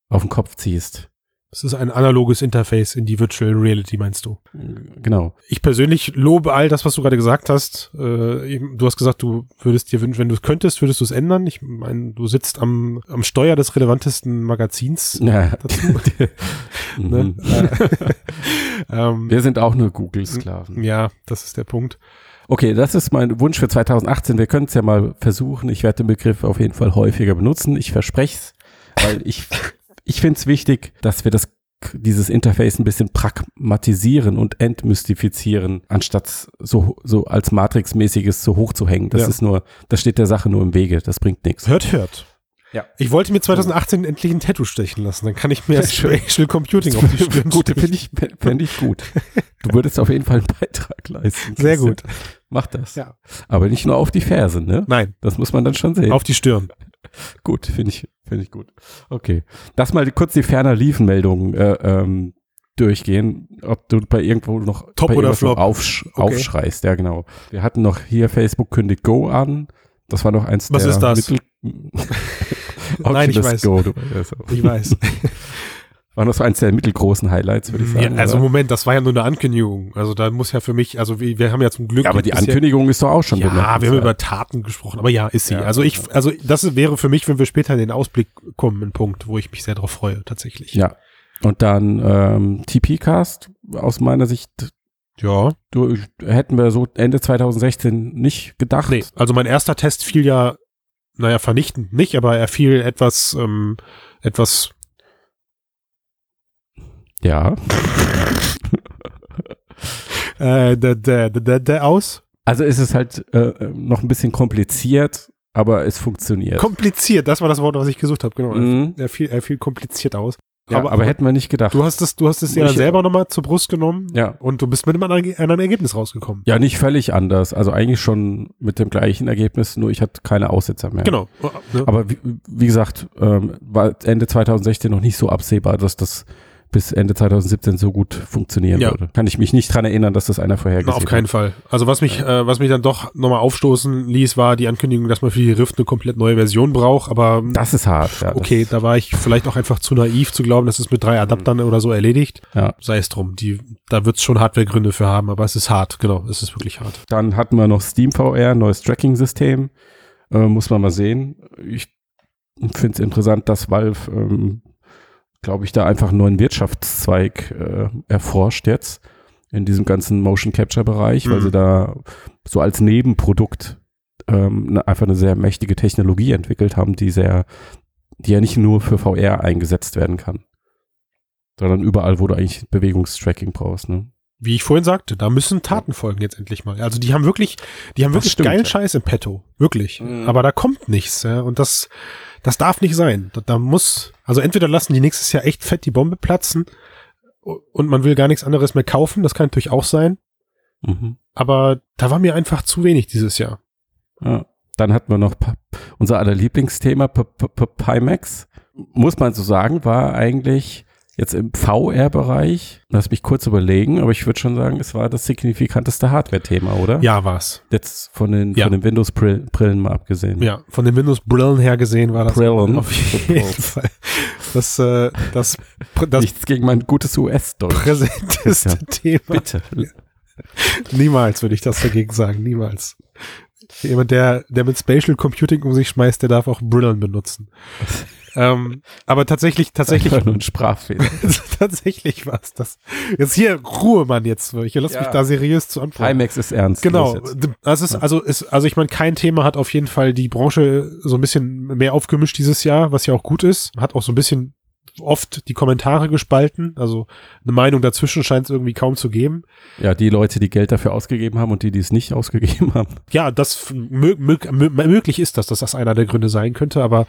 A: auf den Kopf ziehst.
B: Es ist ein analoges Interface in die Virtual Reality, meinst du?
A: Genau.
B: Ich persönlich lobe all das, was du gerade gesagt hast. Äh, eben, du hast gesagt, du würdest dir wünschen, wenn du es könntest, würdest du es ändern. Ich meine, du sitzt am, am Steuer des relevantesten Magazins.
A: Ja.
B: Dazu. Ne?
A: Mhm.
B: Äh, ähm,
A: Wir sind auch nur Google-Sklaven.
B: ja, das ist der Punkt.
A: Okay, das ist mein Wunsch für 2018. Wir können es ja mal versuchen. Ich werde den Begriff auf jeden Fall häufiger benutzen. Ich verspreche es, weil ich, ich finde es wichtig, dass wir das, dieses Interface ein bisschen pragmatisieren und entmystifizieren, anstatt so, so als Matrix-mäßiges so hochzuhängen. Das
B: Ja.
A: ist nur, das steht der Sache nur im Wege. Das bringt nichts.
B: Hört, hört.
A: Ja. Mhm.
B: Ich wollte mir 2018 endlich ein Tattoo stechen lassen. Dann kann ich mir das
A: Schön.
B: Spatial Computing auf die Stirn
A: Gut,
B: stechen.
A: finde ich, fänd ich gut. Du würdest auf jeden Fall einen Beitrag leisten.
B: Sehr
A: Christian.
B: gut.
A: Mach das.
B: Ja.
A: Aber nicht nur auf die Ferse, ne?
B: Nein,
A: Das muss man dann schon sehen.
B: auf die Stirn.
A: Gut, finde ich, finde ich gut. Okay. Lass mal die- kurz die ferner Liefen-Meldungen äh, ähm, durchgehen, ob du bei irgendwo noch
B: Top
A: bei
B: oder
A: irgendwas noch
B: Flop?
A: aufsch
B: Okay.
A: aufschreist. Ja, genau. Wir hatten noch hier Facebook kündigt Go an. Das war noch eins
B: Was
A: der
B: ist das? Nein, ich
A: Oculus
B: weiß.
A: Go, du, also,
B: Ich weiß.
A: war noch so eins der mittelgroßen Highlights, würde ich
B: ja,
A: sagen.
B: also
A: oder?
B: Moment, das war ja nur eine Ankündigung. Also da muss ja für mich, also wir, wir haben ja zum Glück.
A: ja, aber die
B: bisher-
A: Ankündigung ist doch auch schon
B: Ja, wir haben
A: bemerkenswert.
B: über Taten gesprochen, aber ja, ist sie.
A: Ja,
B: also ich, also das wäre für mich, wenn wir später in den Ausblick kommen, ein Punkt, wo ich mich sehr darauf freue, tatsächlich.
A: Ja. Und dann ähm, TP-Cast, aus meiner Sicht,
B: ja.
A: du, hätten wir so Ende 2016 nicht gedacht.
B: Nee, also mein erster Test fiel ja, naja, vernichtend nicht, aber er fiel etwas, ähm, etwas,
A: Ja.
B: äh, der, der, der, der aus.
A: Also ist es halt äh, noch ein bisschen kompliziert, aber es funktioniert.
B: Kompliziert, das war das Wort, was ich gesucht habe, genau.
A: Mhm.
B: Er fiel, er fiel kompliziert aus.
A: Ja, aber,
B: aber-
A: hätten wir nicht gedacht.
B: Du hast es, du hast es ja
A: Ich-
B: selber nochmal zur Brust genommen
A: Ja.
B: und du bist mit einem anderen, anderen Ergebnis rausgekommen.
A: Ja, nicht völlig anders. Also eigentlich schon mit dem gleichen Ergebnis, nur ich hatte keine Aussetzer mehr.
B: Genau. Ja.
A: Aber wie, wie gesagt, ähm, war Ende 2016 noch nicht so absehbar, dass das bis Ende 2017 so gut funktionieren
B: Ja.
A: würde. Kann ich mich nicht dran erinnern, dass das einer
B: Na,
A: vorhergesehen
B: auf keinen
A: hat.
B: Fall. Also was mich, äh, was mich dann doch nochmal aufstoßen ließ, war die Ankündigung, dass man für die Rift eine komplett neue Version braucht, aber
A: Das ist hart. Ja, das-
B: okay, da war ich vielleicht auch einfach zu naiv zu glauben, dass es mit drei Adaptern oder so erledigt.
A: Mhm. Ja.
B: Sei es drum, die, da wird es schon Hardwaregründe für haben, aber es ist hart, genau, es ist wirklich hart.
A: Dann hatten wir noch Steam VR, neues Tracking-System. Äh, muss man mal sehen. Ich finde es interessant, dass Valve, ähm, glaube ich, da einfach einen neuen Wirtschaftszweig äh, erforscht jetzt in diesem ganzen Motion Capture-Bereich, weil
B: Mhm.
A: sie da so als Nebenprodukt ähm, ne, einfach eine sehr mächtige Technologie entwickelt haben, die sehr, die ja nicht nur für VR eingesetzt werden kann. Sondern überall, wo du eigentlich Bewegungstracking brauchst. Ne?
B: Wie ich vorhin sagte, da müssen Taten folgen jetzt endlich mal. Also die haben wirklich, die haben
A: Das
B: wirklich
A: stimmt,
B: geilen
A: ja.
B: Scheiß im Petto. Wirklich.
A: Mhm.
B: Aber da kommt nichts, ja. Und das, das darf nicht sein. Da, da muss, also entweder lassen die nächstes Jahr echt fett die Bombe platzen und man will gar nichts anderes mehr kaufen, das kann natürlich auch sein.
A: Mhm.
B: Aber da war mir einfach zu wenig dieses Jahr.
A: Ja. Dann hatten wir noch Pa- unser aller Lieblingsthema P- P- P- Pimax. Muss man so sagen, war eigentlich jetzt im VR-Bereich, lass mich kurz überlegen, aber ich würde schon sagen, es war das signifikanteste Hardware-Thema, oder?
B: Ja, war's.
A: Jetzt von den,
B: Ja.
A: von den Windows-Brillen mal abgesehen.
B: Ja, von den Windows-Brillen her gesehen war das
A: Mhm. Brillen.
B: auf jeden Fall das, äh, das, das
A: Nichts gegen mein gutes US-Deutsch.
B: präsenteste
A: Ja.
B: Thema.
A: Bitte.
B: Niemals würde ich das dagegen sagen, niemals. Jemand, der, der mit Spatial Computing um sich schmeißt, der darf auch Brillen benutzen. ähm, aber tatsächlich, tatsächlich,
A: Einfach nur ein Sprachfehler.
B: tatsächlich war es das. Jetzt hier, Ruhe, Mann, jetzt. Ich lass
A: Ja.
B: mich da seriös zu antworten.
A: Pimax ist ernst.
B: Genau,
A: Los jetzt.
B: d- das ist also ist also ich meine, kein Thema hat auf jeden Fall die Branche so ein bisschen mehr aufgemischt dieses Jahr, was ja auch gut ist. Hat auch so ein bisschen oft die Kommentare gespalten, also eine Meinung dazwischen scheint es irgendwie kaum zu geben.
A: Ja, die Leute, die Geld dafür ausgegeben haben und die, die es nicht ausgegeben haben.
B: Ja, das f- mö mö mö möglich ist das, dass das einer der Gründe sein könnte, aber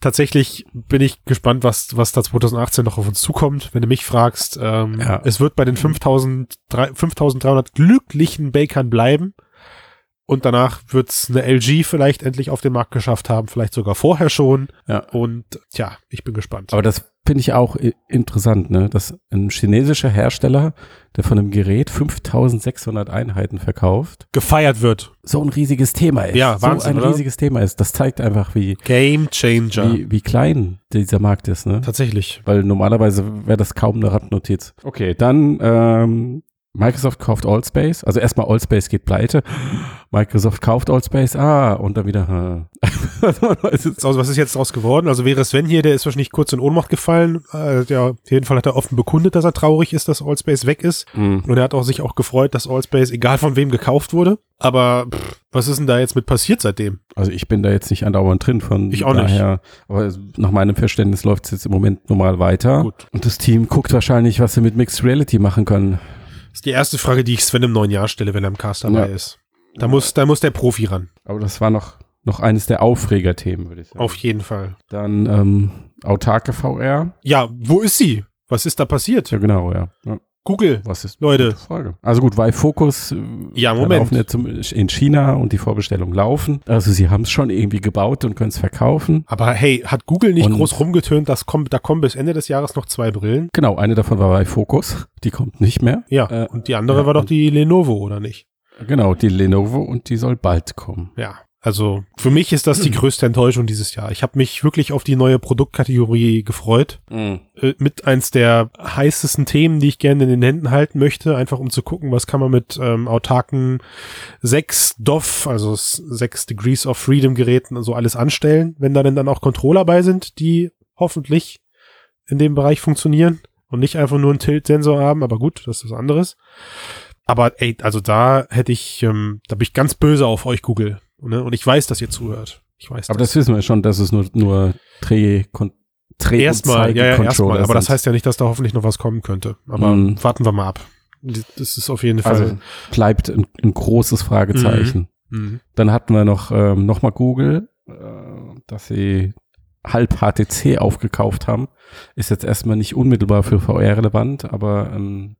B: tatsächlich bin ich gespannt, was was da 2018 noch auf uns zukommt. Wenn du mich fragst, ähm,
A: Ja.
B: es wird bei den 5000 drei- 5300 glücklichen Bakern bleiben. Und danach wird's eine LG vielleicht endlich auf den Markt geschafft haben, vielleicht sogar vorher schon.
A: Ja.
B: Und ja, ich bin gespannt.
A: Aber das finde ich auch i- interessant, ne? dass ein chinesischer Hersteller, der von einem Gerät 5600 Einheiten verkauft,
B: gefeiert wird.
A: so ein riesiges Thema ist.
B: Ja,
A: so
B: Wahnsinn,
A: ein
B: oder?
A: riesiges Thema ist. Das zeigt einfach, wie,
B: Game Changer.
A: wie, wie klein dieser Markt ist. Ne?
B: Tatsächlich.
A: Weil normalerweise wäre das kaum eine Randnotiz. Okay, dann ähm, Microsoft kauft Allspace. Also erstmal Allspace geht pleite. Microsoft kauft Allspace. Ah, und dann wieder. Äh.
B: Also was ist jetzt daraus geworden? Also wäre Sven hier, der ist wahrscheinlich kurz in Ohnmacht gefallen. Äh, ja, auf jeden Fall hat er offen bekundet, dass er traurig ist, dass Allspace weg ist.
A: Hm.
B: Und er hat auch sich auch gefreut, dass Allspace, egal von wem, gekauft wurde. Aber pff, was ist denn da jetzt mit passiert seitdem?
A: Also ich bin da jetzt nicht andauernd drin von
B: Ich auch nicht.
A: daher, aber nach meinem Verständnis läuft es jetzt im Moment normal weiter.
B: Gut.
A: Und das Team guckt wahrscheinlich, was sie mit Mixed Reality machen können.
B: Das ist die erste Frage, die ich Sven im neuen Jahr stelle, wenn er im Cast dabei
A: Ja.
B: ist. Da muss, da muss der Profi ran.
A: Aber das war noch, noch eines der Aufregerthemen, würde ich sagen.
B: Auf jeden Fall.
A: Dann ähm, autarke VR.
B: Ja, wo ist sie? Was ist da passiert?
A: Ja, genau, ja. ja
B: Google.
A: was ist
B: Leute.
A: Gute Frage? Also gut, weil Focus äh,
B: Ja,
A: da
B: Moment.
A: laufen jetzt zum- in China und die Vorbestellungen laufen. Also sie haben es schon irgendwie gebaut und können es verkaufen.
B: Aber hey, hat Google nicht
A: Und-
B: groß rumgetönt, dass kommt, da kommen bis Ende des Jahres noch zwei Brillen?
A: Genau, eine davon war bei Focus, die kommt nicht mehr.
B: Ja.
A: Äh,
B: und die andere
A: ja,
B: war doch
A: und-
B: die Lenovo, oder nicht?
A: Genau, die Lenovo und die soll bald kommen.
B: Ja. Also für mich ist das die größte Enttäuschung dieses Jahr. Ich habe mich wirklich auf die neue Produktkategorie gefreut.
A: Mhm.
B: Äh, mit eins der heißesten Themen, die ich gerne in den Händen halten möchte, einfach um zu gucken, was kann man mit ähm, autarken 6 DOF, also 6 Degrees of Freedom Geräten und so alles anstellen, wenn da denn dann auch Controller bei sind, die hoffentlich in dem Bereich funktionieren und nicht einfach nur einen Tilt-Sensor haben, aber gut, das ist was anderes. Aber ey, also da hätte ich, ähm, da bin ich ganz böse auf euch, Google. Ne? Und ich weiß, dass ihr zuhört. Ich weiß
A: Aber das wissen wir schon, dass es nur, nur Dreh, Kon Dreh- und
B: Erstmal, ja, ja,
A: Zeige-Controller
B: erstmal. Aber das
A: sind.
B: heißt ja nicht, dass da hoffentlich noch was kommen könnte. Aber
A: Mhm.
B: warten wir mal ab. Das ist auf jeden Fall.
A: also bleibt ein, ein großes Fragezeichen.
B: Mhm.
A: Dann hatten wir noch ähm, nochmal Google, äh, dass sie halb HTC aufgekauft haben. Ist jetzt erstmal nicht unmittelbar für VR relevant, aber ähm,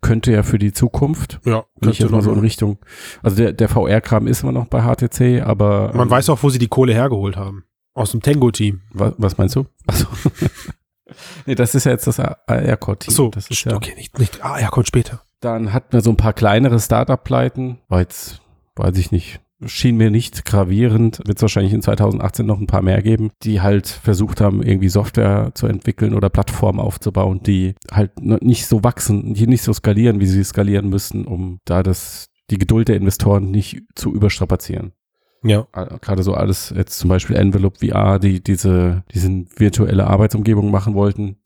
A: könnte ja für die Zukunft. Bin
B: Ja,
A: ich
B: könnte
A: jetzt mal so in
B: noch.
A: Richtung. Also der, der VR-Kram ist immer noch bei HTC, aber
B: Man
A: ähm,
B: weiß auch, wo sie die Kohle hergeholt haben. Aus dem Tango-Team.
A: Was, was meinst du? Achso. nee, das ist ja jetzt das AR-Core-Team.
B: So,
A: das ist
B: st-
A: ja,
B: okay, nicht, nicht. Ah, ja, kommt später.
A: Dann hatten wir so ein paar kleinere Startup-Pleiten. War jetzt, weiß ich nicht, schien mir nicht gravierend. Wird es wahrscheinlich in 2018 noch ein paar mehr geben, die halt versucht haben, irgendwie Software zu entwickeln oder Plattformen aufzubauen, die halt noch nicht so wachsen, die nicht so skalieren, wie sie skalieren müssen, um da das die Geduld der Investoren nicht zu überstrapazieren.
B: Ja.
A: Äh, gerade so alles, jetzt zum Beispiel Envelope VR, die diese, diesen virtuelle Arbeitsumgebung machen wollten,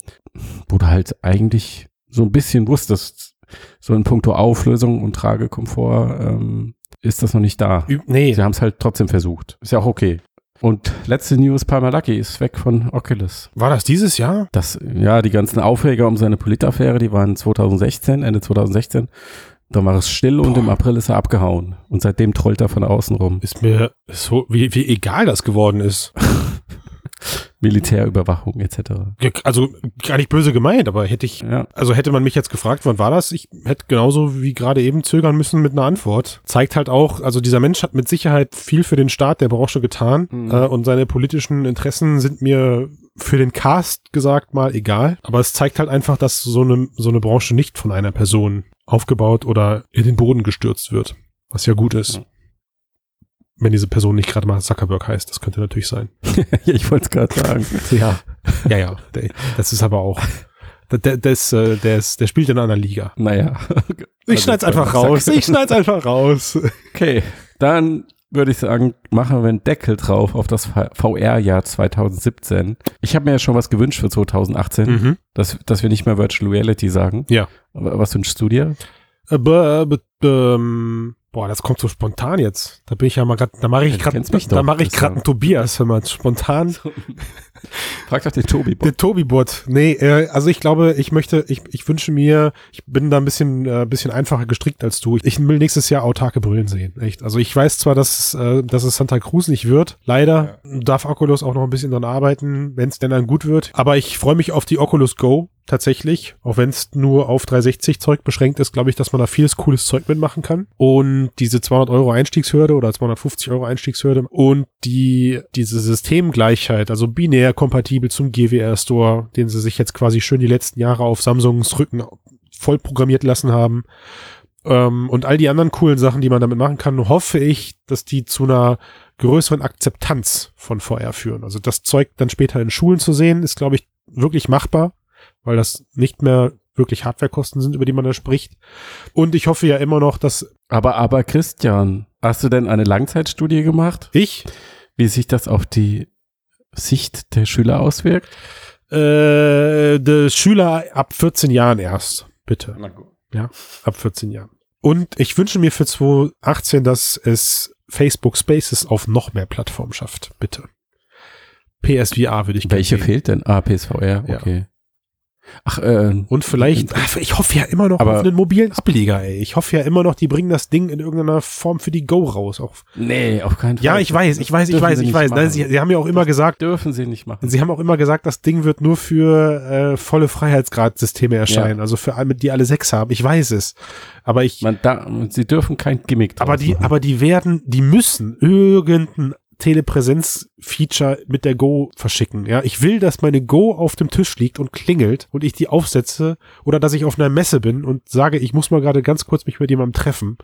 A: wo du halt eigentlich so ein bisschen wusstest, so in puncto Auflösung und Tragekomfort ähm, ist das noch nicht da.
B: Ü- Nee,
A: Sie haben es halt trotzdem versucht. Ist ja auch okay. Und letzte News, Palmer Lucky ist weg von Oculus.
B: war das dieses Jahr?
A: Das, ja, die ganzen Aufreger um seine Politaffäre, die waren 2016, Ende 2016. Dann war es still und
B: Boah.
A: im April ist er abgehauen. Und seitdem trollt er von außen rum.
B: Ist mir so, wie, wie egal das geworden ist.
A: Militärüberwachung etc.
B: Ja, Also gar nicht böse gemeint, aber hätte ich,
A: Ja,
B: also hätte man mich jetzt gefragt, wann war das? Ich hätte genauso wie gerade eben zögern müssen mit einer Antwort. Zeigt halt auch, also dieser Mensch hat mit Sicherheit viel für den Staat der Branche getan
A: Mhm.
B: äh, und seine politischen Interessen sind mir für den Cast gesagt mal egal. Aber es zeigt halt einfach, dass so eine, so eine Branche nicht von einer Person aufgebaut oder in den Boden gestürzt wird. Was ja gut ist.
A: Mhm.
B: Wenn diese Person nicht gerade mal Zuckerberg heißt, das könnte natürlich sein.
A: ja ich wollte es gerade sagen.
B: Ja, ja, ja. Der- Das ist aber auch. Der, der, das, äh, der, ist, der spielt in einer anderen Liga.
A: Naja. Also
B: Ich schneid's einfach raus. Ich schneid's einfach raus.
A: Okay, dann würde ich sagen, machen wir einen Deckel drauf auf das VR-Jahr 2017. Ich habe mir ja schon was gewünscht für 2018, dass, dass wir nicht mehr Virtual Reality sagen.
B: Ja.
A: Aber was wünschst du dir?
B: Aber, aber, ähm, boah, das kommt so spontan jetzt. Da bin ich ja mal grad, da mache ich
A: Du
B: grad,
A: kennst mich
B: da
A: doch,
B: mache ich
A: das
B: grad
A: war-
B: einen Tobias, wenn man spontan.
A: Frag doch den Tobi.
B: Der Tobi-Bot. Nee, äh, also ich glaube, ich möchte, ich, ich wünsche mir, ich bin da ein bisschen, äh, bisschen einfacher gestrickt als du. Ich will nächstes Jahr autarke Brillen sehen. Echt. Also ich weiß zwar, dass, äh, dass es Santa Cruz nicht wird. Leider darf Oculus auch noch ein bisschen dran arbeiten, wenn es denn dann gut wird. Aber ich freue mich auf die Oculus Go. Tatsächlich, auch wenn es nur auf 360 Zeug beschränkt ist, glaube ich, dass man da vieles cooles Zeug mitmachen kann. Und diese 200 Euro Einstiegshürde oder 250 Euro Einstiegshürde und die, diese Systemgleichheit, also binär kompatibel zum GWR Store, den sie sich jetzt quasi schön die letzten Jahre auf Samsungs Rücken voll programmiert lassen haben. Ähm, und all die anderen coolen Sachen, die man damit machen kann, hoffe ich, dass die zu einer größeren Akzeptanz von VR führen. Also das Zeug dann später in Schulen zu sehen, ist, glaube ich, wirklich machbar, weil das nicht mehr wirklich Hardwarekosten sind, über die man da spricht. Und ich hoffe ja immer noch, dass
A: Aber, aber Christian, hast du denn eine Langzeitstudie gemacht,
B: ich
A: wie sich das auf die Sicht der Schüler auswirkt?
B: äh, der Schüler ab 14 Jahren erst, bitte.
A: Na gut.
B: ab 14 Jahren. Und ich wünsche mir für 2018, dass es Facebook Spaces auf noch mehr Plattformen schafft, bitte. PSVR würde ich gerne
A: Welche
B: sehen.
A: fehlt denn? Ah, PSVR,
B: Ja.
A: okay. Ach, äh,
B: Und vielleicht, ach, ich hoffe ja immer noch
A: Aber-
B: auf einen mobilen Ableger, ey. Ich hoffe ja immer noch, die bringen das Ding in irgendeiner Form für die Go raus. Auf.
A: nee, auf keinen Fall.
B: Ja, ich weiß, ich weiß, ich
A: Dürfen
B: weiß,
A: sie
B: ich
A: nicht
B: weiß. Nein,
A: machen.
B: sie, sie haben ja auch immer gesagt,
A: Dürfen sie nicht machen.
B: Sie haben auch immer gesagt, das Ding wird nur für äh, volle Freiheitsgrad-Systeme erscheinen, also für alle, die alle sechs haben. Ich weiß es. Aber ich,
A: Man da, sie dürfen kein Gimmick draus
B: aber die,
A: machen.
B: aber die werden, die müssen irgendein Telepräsenz-Feature mit der Go verschicken. Ja, ich will, dass meine Go auf dem Tisch liegt und klingelt und ich die aufsetze oder dass ich auf einer Messe bin und sage, ich muss mal gerade ganz kurz mich mit jemandem treffen,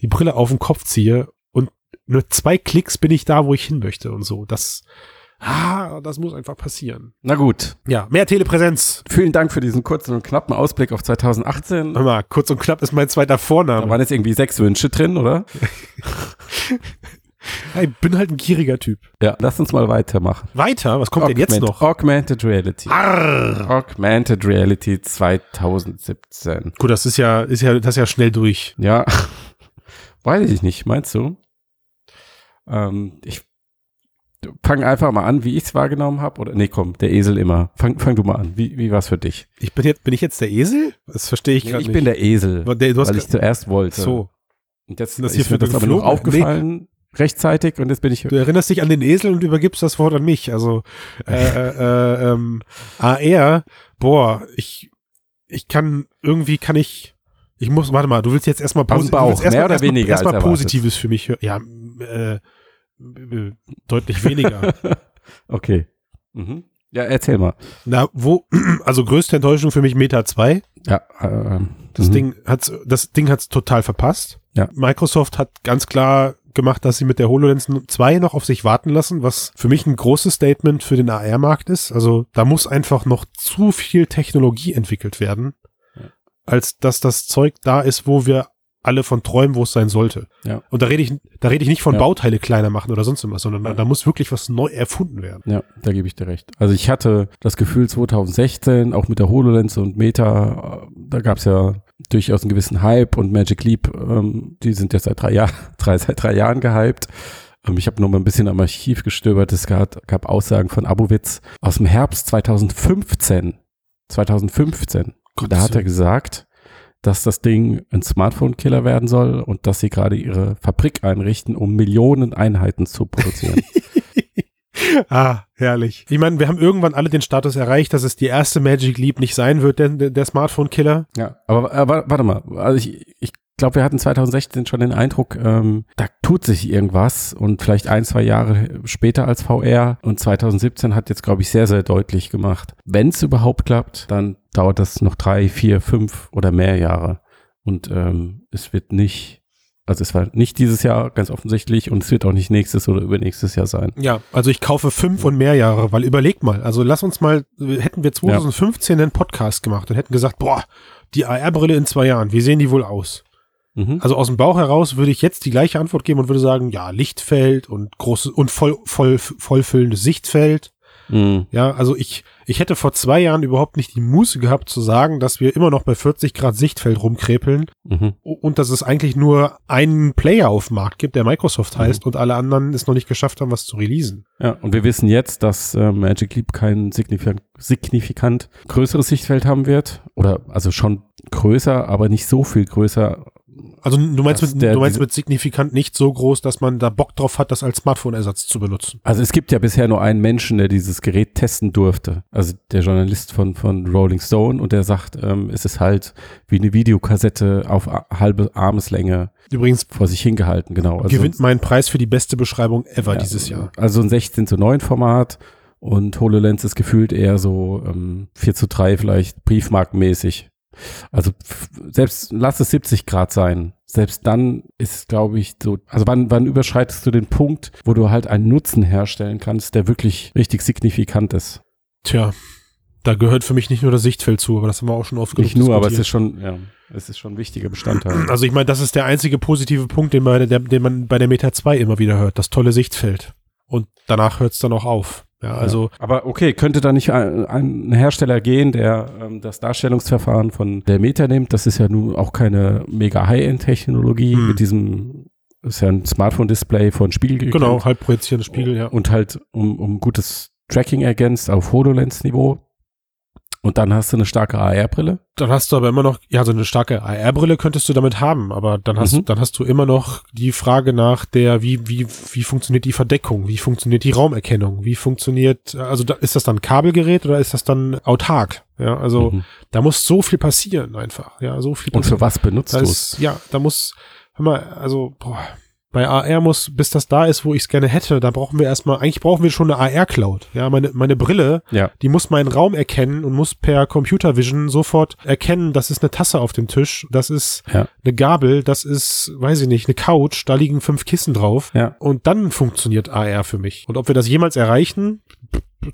B: die Brille auf den Kopf ziehe und nur zwei Klicks bin ich da, wo ich hin möchte und so. Das, ah, das muss einfach passieren.
A: Na gut.
B: Ja, mehr Telepräsenz.
A: Vielen Dank für diesen kurzen und knappen Ausblick auf 2018.
B: Hör mal, kurz und knapp ist mein zweiter
A: Da
B: Vorname.
A: waren jetzt irgendwie sechs Wünsche drin, oder?
B: Ja, ich bin halt ein gieriger Typ.
A: Ja. Lass uns mal weitermachen.
B: Weiter, was kommt denn jetzt
A: Augment-
B: noch? Ah.
A: Augmented Reality.
B: Arr.
A: Augmented Reality 2017.
B: Gut, das ist ja, ist ja, das ist ja schnell durch.
A: Ja, weiß ich nicht, meinst du? Ähm, ich fang einfach mal an, wie ich es wahrgenommen habe. Oder nee, komm, der Esel immer. Fang, fang du mal an. Wie, wie war es für dich?
B: Ich bin jetzt, bin ich jetzt der Esel? Das verstehe ich
A: Nee,
B: gerade
A: ich
B: nicht.
A: bin der Esel,
B: Aber der, du hast
A: weil ich zuerst
B: grad-
A: wollte.
B: so.
A: Und jetzt
B: Und
A: das
B: das hier
A: hier ist
B: für
A: mir das
B: den
A: aber nur
B: Flug?
A: aufgefallen rechtzeitig und jetzt bin ich.
B: Du erinnerst dich an den Esel und übergibst das Wort an mich. Also äh, äh, äh, ähm, AR, boah, ich, ich kann irgendwie kann ich, ich muss, warte mal, du willst jetzt erstmal
A: Am
B: posi-
A: Bauch,
B: du willst erstmal-
A: mehr oder
B: erstmal-
A: weniger als
B: erstmal
A: erwartet.
B: Positives für mich. hö- Ja, m- äh, äh, deutlich weniger.
A: Okay. Mhm. Ja, erzähl mal.
B: Na, wo, also größte Enttäuschung für mich Meta 2.
A: Ja, ähm,
B: Das
A: mhm.
B: Ding hat's, das Ding hat's total verpasst.
A: Ja.
B: Microsoft hat ganz klar gemacht, dass sie mit der HoloLens 2 noch auf sich warten lassen, was für mich ein großes Statement für den AR-Markt ist. Also da muss einfach noch zu viel Technologie entwickelt werden,
A: Ja.
B: als dass das Zeug da ist, wo wir alle von träumen, wo es sein sollte.
A: Ja.
B: Und da rede ich, da rede ich nicht von
A: Ja.
B: Bauteile kleiner machen oder sonst irgendwas, sondern da- da muss wirklich was neu erfunden werden.
A: Ja, da gebe ich dir recht. Also ich hatte das Gefühl 2016, auch mit der HoloLens und Meta, äh, da gab es ja durchaus einen gewissen Hype und Magic Leap, ähm, die sind ja seit drei, Jahr, drei, seit drei Jahren gehypt. Ähm, ich habe noch mal ein bisschen am Archiv gestöbert. Es gab, gab Aussagen von Abowitz aus dem Herbst 2015. 2015. Da hat er gesagt, dass das Ding ein Smartphone-Killer werden soll und dass sie gerade ihre Fabrik einrichten, um Millionen Einheiten zu produzieren.
B: Ah, herrlich. Ich meine, wir haben irgendwann alle den Status erreicht, dass es die erste Magic Leap nicht sein wird, der, der Smartphone-Killer.
A: Ja, aber äh, wa- warte mal. Also ich, ich glaube, wir hatten 2016 schon den Eindruck, ähm, da tut sich irgendwas und vielleicht ein, zwei Jahre später als VR. Und 2017 hat jetzt, glaube ich, sehr, sehr deutlich gemacht, wenn es überhaupt klappt, dann dauert das noch drei, vier, fünf oder mehr Jahre. Und ähm, es wird nicht, also es war nicht dieses Jahr ganz offensichtlich und es wird auch nicht nächstes oder übernächstes Jahr sein.
B: Ja. Also ich kaufe fünf und mehr Jahre, weil überleg mal, also lass uns mal, äh, hätten wir 2015 einen Podcast gemacht und hätten gesagt, boah, die AR-Brille in zwei Jahren, wie sehen die wohl aus?
A: Mhm.
B: Also aus dem Bauch heraus würde ich jetzt die gleiche Antwort geben und würde sagen, ja, Lichtfeld und großes und voll, voll, vollfüllendes Sichtfeld.
A: Mhm.
B: Ja, also ich, ich hätte vor zwei Jahren überhaupt nicht die Muße gehabt zu sagen, dass wir immer noch bei 40 Grad Sichtfeld rumkrepeln
A: Mhm.
B: und dass es eigentlich nur einen Player auf dem Markt gibt, der Microsoft heißt und alle anderen es noch nicht geschafft haben, was zu releasen.
A: Ja, und wir wissen jetzt, dass äh, Magic Leap kein signifikant, signifikant größeres Sichtfeld haben wird. Oder also schon größer, aber nicht so viel größer.
B: Also du meinst,
A: Das-
B: mit,
A: der-
B: du meinst
A: diese-
B: mit signifikant nicht so groß, dass man da Bock drauf hat, das als Smartphone-Ersatz zu benutzen.
A: Also es gibt ja bisher nur einen Menschen, der dieses Gerät testen durfte. Also der Journalist von, von Rolling Stone und der sagt, ähm, es ist halt wie eine Videokassette auf a- halbe Armeslänge
B: Übrigens
A: vor sich hingehalten, genau. Also
B: gewinnt meinen Preis für die beste Beschreibung ever
A: Ja,
B: dieses Jahr.
A: Also ein 16 zu 9 Format und HoloLens ist gefühlt eher so ähm, 4 zu 3 vielleicht briefmarkenmäßig. Also f- selbst lass es 70 Grad sein. Selbst dann ist, glaube ich, so, also wann, wann überschreitest du den Punkt, wo du halt einen Nutzen herstellen kannst, der wirklich richtig signifikant ist?
B: Tja, da gehört für mich nicht nur das Sichtfeld zu, aber das haben wir auch schon oft
A: Nicht nur, aber es
B: diskutiert.
A: ist schon, ja, es ist schon ein wichtiger Bestandteil.
B: Also ich meine, das ist der einzige positive Punkt, den, bei der, den man bei der Meta 2 immer wieder hört. Das tolle Sichtfeld. Und danach hört es dann auch auf. Ja, also
A: Ja. Aber okay, könnte da nicht ein, ein Hersteller gehen, der ähm, das Darstellungsverfahren von der Meta nimmt? Das ist ja nun auch keine mega High-End-Technologie
B: Hm.
A: mit diesem, ist ja ein Smartphone-Display von Spiegel
B: genau, halb projizierende Spiegel, ja.
A: Und halt um, um gutes Tracking ergänzt auf HoloLens-Niveau. Und dann hast du eine starke AR-Brille.
B: Dann hast du aber immer noch, ja, so eine starke AR-Brille könntest du damit haben, aber dann hast,
A: Mhm.
B: dann hast du immer noch die Frage nach der, wie, wie, wie funktioniert die Verdeckung, wie funktioniert die Raumerkennung, wie funktioniert, also da, ist das dann Kabelgerät oder ist das dann autark? Ja, also
A: Mhm.
B: da muss so viel passieren einfach. Ja, so viel
A: Und für was benutzt
B: Da
A: du es?
B: ist, ja, da muss, hör mal, also, boah, bei AR muss, bis das da ist, wo ich es gerne hätte, da brauchen wir erstmal, eigentlich brauchen wir schon eine AR-Cloud. Ja, meine, meine Brille,
A: Ja.
B: die muss meinen Raum erkennen und muss per Computer Vision sofort erkennen, das ist eine Tasse auf dem Tisch, das ist
A: Ja.
B: eine Gabel, das ist, weiß ich nicht, eine Couch, da liegen fünf Kissen drauf.
A: Ja.
B: Und dann funktioniert AR für mich. Und ob wir das jemals erreichen,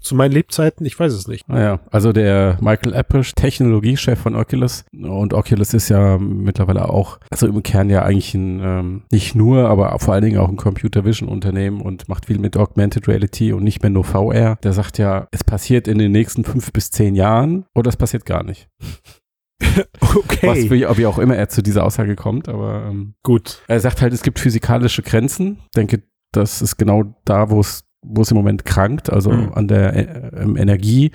B: zu meinen Lebzeiten, ich weiß es nicht.
A: Naja, also der Michael Appisch, Technologiechef von Oculus. Und Oculus ist ja mittlerweile auch, also im Kern ja eigentlich ein, ähm, nicht nur, aber vor allen Dingen auch ein Computer Vision Unternehmen und macht viel mit Augmented Reality und nicht mehr nur VR. Der sagt ja, es passiert in den nächsten fünf bis zehn Jahren oder es passiert gar nicht.
B: Okay.
A: Was, wie, wie auch immer er zu dieser Aussage kommt, aber ähm,
B: Gut.
A: er sagt halt, es gibt physikalische Grenzen. Ich denke, das ist genau da, wo es, wo es im Moment krankt, also
B: Mhm.
A: an der äh, ähm, Energie,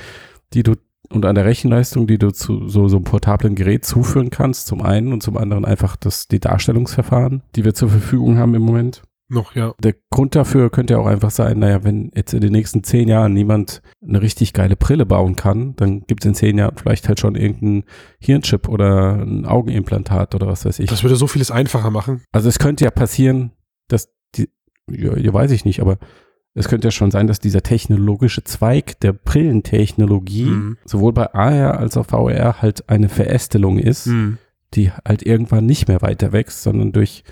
A: die du und an der Rechenleistung, die du zu so, so einem portablen Gerät zuführen kannst, zum einen und zum anderen einfach das, die Darstellungsverfahren, die wir zur Verfügung haben im Moment.
B: Noch, ja.
A: Der Grund dafür könnte ja auch einfach sein, naja, wenn jetzt in den nächsten zehn Jahren niemand eine richtig geile Brille bauen kann, dann gibt es in zehn Jahren vielleicht halt schon irgendeinen Hirnchip oder ein Augenimplantat oder was weiß ich.
B: Das würde so vieles einfacher machen.
A: Also es könnte ja passieren, dass die, ja, ja, weiß ich nicht, aber es könnte ja schon sein, dass dieser technologische Zweig der Brillentechnologie
B: Mhm.
A: sowohl bei AR als auch VR halt eine Verästelung ist,
B: Mhm. Hm.
A: die halt irgendwann nicht mehr weiter wächst, sondern durch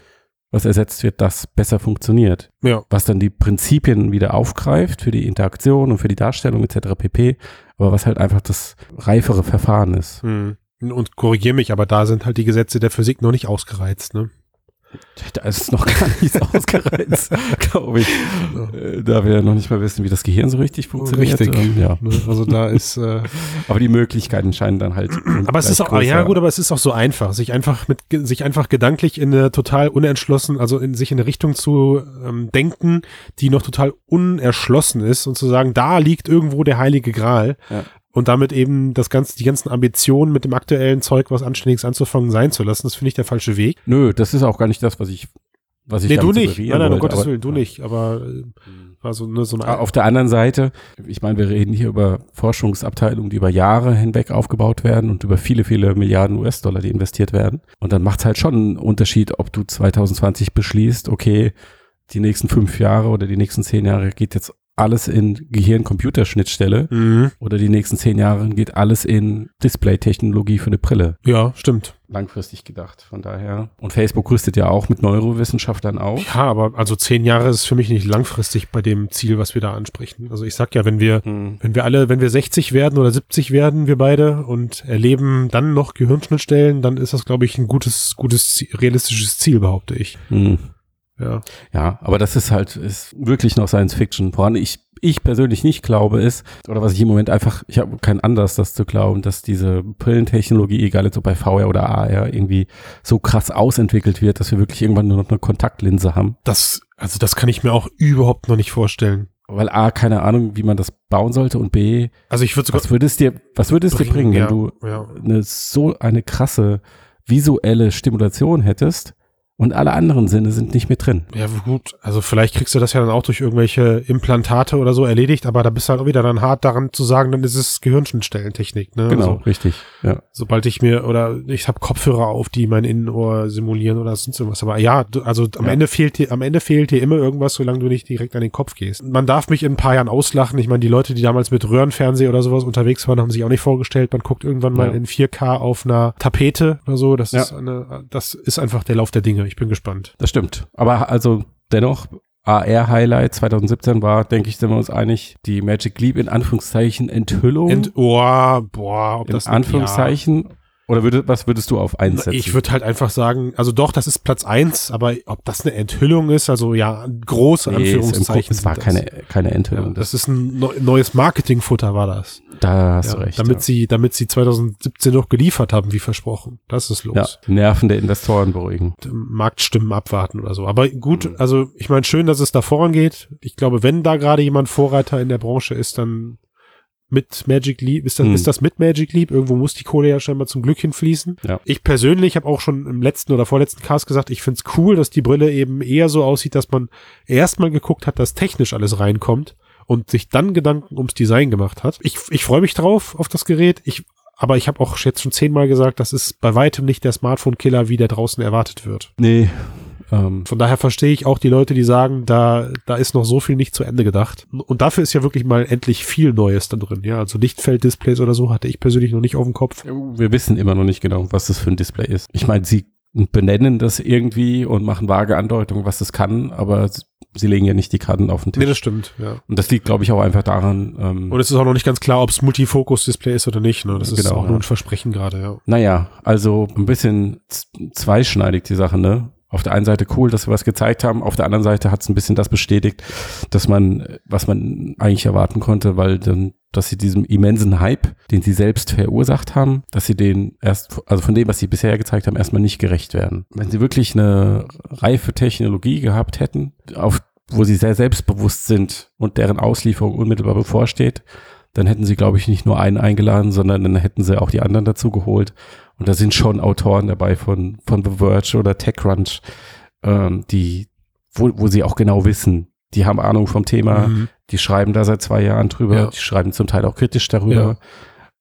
A: was ersetzt wird, das besser funktioniert.
B: Ja.
A: Was dann die Prinzipien wieder aufgreift für die Interaktion und für die Darstellung etc. pp. Aber was halt einfach das reifere Verfahren ist.
B: Hm. Und korrigier mich, aber da sind halt die Gesetze der Physik noch nicht ausgereizt, ne?
A: Da ist noch gar nichts ausgereizt, glaube ich. Äh, Da wir noch nicht mal wissen, wie das Gehirn so richtig funktioniert.
B: Richtig.
A: Ähm, ja.
B: Ne, Also da ist. Äh,
A: Aber die Möglichkeiten scheinen dann halt.
B: aber es ist auch, ah,
A: größer.
B: ja gut, aber es ist auch so einfach, sich einfach mit, ge- sich einfach gedanklich in eine total unentschlossen, also in sich in eine Richtung zu ähm, denken, die noch total unerschlossen ist und zu sagen, da liegt irgendwo der heilige Gral.
A: Ja.
B: Und damit eben das ganze, die ganzen Ambitionen mit dem aktuellen Zeug, was Anständiges anzufangen, sein zu lassen, das finde ich der falsche Weg.
A: Nö, das ist auch gar nicht das, was ich. Was ich
B: Nee, du
A: damit
B: nicht.
A: suggerieren
B: Nein, nein, um
A: wollte,
B: Gottes
A: aber-
B: Willen, du nicht. Aber äh, war so, ne, so eine
A: Ah, Auf der anderen Seite, ich meine, wir reden hier über Forschungsabteilungen, die über Jahre hinweg aufgebaut werden und über viele, viele Milliarden US-Dollar, die investiert werden. Und dann macht es halt schon einen Unterschied, ob du 2020 beschließt, okay, die nächsten fünf Jahre oder die nächsten zehn Jahre geht jetzt alles in Gehirn-Computerschnittstelle
B: Mhm.
A: oder die nächsten zehn Jahre geht alles in Display-Technologie für eine Brille,
B: Ja, stimmt.
A: langfristig gedacht. Von daher. Und Facebook rüstet ja auch mit Neurowissenschaftlern auf.
B: Ja, aber also zehn Jahre ist für mich nicht langfristig bei dem Ziel, was wir da ansprechen. Also ich sag ja, wenn wir,
A: Hm.
B: wenn wir alle, wenn wir 60 werden oder 70 werden, wir beide, und erleben dann noch Gehirnschnittstellen, dann ist das, glaube ich, ein gutes, gutes, Zie- realistisches Ziel, behaupte ich.
A: Hm.
B: Ja.
A: Ja, aber das ist halt ist wirklich noch Science Fiction. Woran ich, ich persönlich nicht glaube ist, oder was ich im Moment einfach, ich habe keinen Anlass, das zu glauben, dass diese Brillentechnologie, egal jetzt ob bei VR oder AR, irgendwie so krass ausentwickelt wird, dass wir wirklich irgendwann nur noch eine Kontaktlinse haben.
B: Das, also das kann ich mir auch überhaupt noch nicht vorstellen.
A: Weil A, keine Ahnung, wie man das bauen sollte und B,
B: Also ich würde sogar.
A: was würde es dir, was würde es dir bringen, wenn
B: ja,
A: du
B: Ja.
A: eine, so eine krasse visuelle Stimulation hättest und alle anderen Sinne sind nicht mehr drin?
B: Ja, gut, also vielleicht kriegst du das ja dann auch durch irgendwelche Implantate oder so erledigt, aber da bist du halt auch wieder dann hart daran zu sagen, dann ist es Gehirnschnittstellentechnik, ne?
A: Genau,
B: Also,
A: richtig. Ja.
B: sobald ich mir oder ich habe Kopfhörer auf, die mein Innenohr simulieren oder sonst irgendwas, aber ja, du, also am
A: Ja.
B: Ende fehlt dir am Ende fehlt dir immer irgendwas, solange du nicht direkt an den Kopf gehst. Man darf mich in ein paar Jahren auslachen. Ich meine, die Leute, die damals mit Röhrenfernseher oder sowas unterwegs waren, haben sich auch nicht vorgestellt, man guckt irgendwann mal
A: Ja.
B: in 4K auf einer Tapete oder so, das
A: Ja.
B: ist eine das ist einfach der Lauf der Dinge. Ich bin gespannt.
A: Das stimmt. Aber also dennoch, AR-Highlight 2017 war, denke ich, sind wir uns einig, die Magic Leap in Anführungszeichen Enthüllung.
B: Und, oh, boah, ob
A: in
B: das
A: Anführungszeichen. Oder würde, was würdest du auf
B: Ja.
A: einsetzen?
B: Ich würde halt einfach sagen, also doch, das ist Platz eins, aber ob das eine Enthüllung ist, also ja, große
A: nee, es, im Grunde-
B: Anführungszeichen.
A: es war
B: sind das.
A: keine, keine
B: Ja,
A: Enthüllung.
B: das ist ein neu- neues Marketingfutter, war das.
A: da hast
B: Ja,
A: du recht.
B: damit
A: ja.
B: sie, damit sie 2017 noch geliefert haben, wie versprochen. Das ist los.
A: ja, Nerven der Investoren beruhigen.
B: Marktstimmen abwarten oder so. Aber gut,
A: Mhm.
B: also ich meine, schön, dass es da vorangeht. Ich glaube, wenn da gerade jemand Vorreiter in der Branche ist, dann mit Magic Leap, ist das,
A: Mhm.
B: ist das mit Magic Leap? Irgendwo muss die Kohle ja scheinbar zum Glück hinfließen.
A: Ja.
B: Ich persönlich habe auch schon im letzten oder vorletzten Cast gesagt, ich finde es cool, dass die Brille eben eher so aussieht, dass man erstmal geguckt hat, dass technisch alles reinkommt und sich dann Gedanken ums Design gemacht hat. Ich, ich freue mich drauf auf das Gerät. Ich aber ich habe auch jetzt schon zehnmal gesagt, das ist bei weitem nicht der Smartphone-Killer, wie der draußen erwartet wird.
A: Nee, Ähm,
B: Von daher verstehe ich auch die Leute, die sagen, da, da ist noch so viel nicht zu Ende gedacht. Und dafür ist ja wirklich mal endlich viel Neues da drin. Ja, also Lichtfelddisplays oder so hatte ich persönlich noch nicht auf dem Kopf.
A: Oh, wir wissen immer noch nicht genau, was das für ein Display ist. Ich meine, sie benennen das irgendwie und machen vage Andeutungen, was das kann, aber sie legen ja nicht die Karten auf den
B: Nee,
A: Tisch.
B: das stimmt, ja.
A: Und das liegt, glaube ich, auch einfach daran, ähm,
B: Und es ist auch noch nicht ganz klar, ob es Multifokus-Display ist oder nicht. Ne? Das ist
A: Genau,
B: auch
A: ja.
B: nur ein Versprechen gerade, ja.
A: Naja, also ein bisschen z- zweischneidig die Sache, ne? Auf der einen Seite cool, dass wir was gezeigt haben, auf der anderen Seite hat es ein bisschen das bestätigt, dass man, was man eigentlich erwarten konnte, weil dann, dass sie diesem immensen Hype, den sie selbst verursacht haben, dass sie den erst, also von dem, was sie bisher gezeigt haben, erstmal nicht gerecht werden. Wenn sie wirklich eine reife Technologie gehabt hätten, auf, wo sie sehr selbstbewusst sind und deren Auslieferung unmittelbar bevorsteht, dann hätten sie, glaube ich, nicht nur einen eingeladen, sondern dann hätten sie auch die anderen dazu geholt. Und da sind schon Autoren dabei von, von The Verge oder TechCrunch, ähm, die, wo, wo sie auch genau wissen, die haben Ahnung vom Thema,
B: Mhm.
A: die schreiben da seit zwei Jahren drüber,
B: Ja.
A: die schreiben zum Teil auch kritisch darüber.
B: Ja.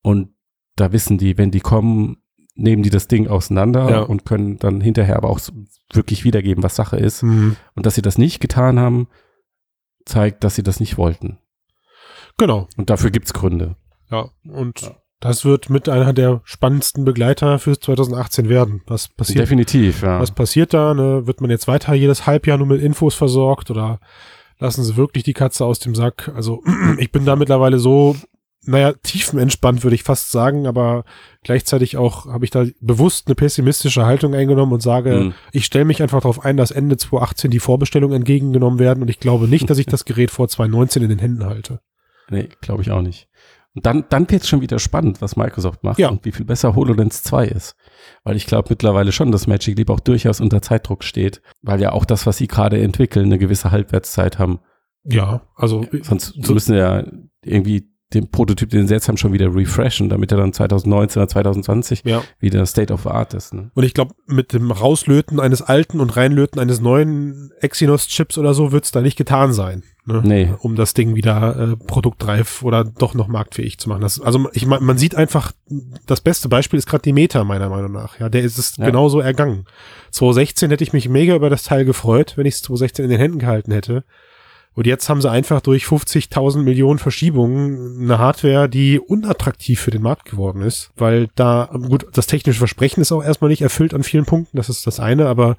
A: Und da wissen die, wenn die kommen, nehmen die das Ding auseinander
B: Ja.
A: und können dann hinterher aber auch so wirklich wiedergeben, was Sache ist.
B: Mhm.
A: Und dass sie das nicht getan haben, zeigt, dass sie das nicht wollten.
B: Genau.
A: Und dafür gibt's Gründe.
B: Ja, und
A: Ja.
B: das wird mit einer der spannendsten Begleiter für 2018 werden. Was passiert?
A: Definitiv, ja.
B: Was passiert da? Ne? Wird man jetzt weiter jedes Halbjahr nur mit Infos versorgt oder lassen sie wirklich die Katze aus dem Sack? Also ich bin da mittlerweile so, naja, tiefenentspannt würde ich fast sagen, aber gleichzeitig auch habe ich da bewusst eine pessimistische Haltung eingenommen und sage,
A: Mhm.
B: ich stelle mich einfach darauf ein, dass Ende 2018 die Vorbestellungen entgegengenommen werden und ich glaube nicht, dass ich das Gerät vor 2019 in den Händen halte.
A: Nee, glaube ich auch nicht. Und dann, dann wird es schon wieder spannend, was Microsoft macht
B: Ja.
A: und wie viel besser HoloLens 2 ist. Weil ich glaube mittlerweile schon, dass Magic Leap auch durchaus unter Zeitdruck steht, weil ja auch das, was sie gerade entwickeln, eine gewisse Halbwertszeit haben.
B: Ja, also
A: Sonst
B: so-
A: müssen sie ja irgendwie den Prototyp, den sie jetzt haben, schon wieder refreshen, damit er dann 2019 oder 2020
B: ja.
A: wieder State of the Art ist. Ne?
B: Und ich glaube, mit dem Rauslöten eines alten und Reinlöten eines neuen Exynos-Chips oder so wird's da nicht getan sein. Ne?
A: Nee.
B: Um das Ding wieder äh, produktreif oder doch noch marktfähig zu machen. Das, also ich mein, man sieht einfach, das beste Beispiel ist gerade die Meta, meiner Meinung nach. Ja, der ist es
A: Ja.
B: genauso ergangen. 2016 hätte ich mich mega über das Teil gefreut, wenn ich es 2016 in den Händen gehalten hätte. Und jetzt haben sie einfach durch 50.000 Millionen Verschiebungen eine Hardware, die unattraktiv für den Markt geworden ist, weil da, gut, das technische Versprechen ist auch erstmal nicht erfüllt an vielen Punkten, das ist das eine, aber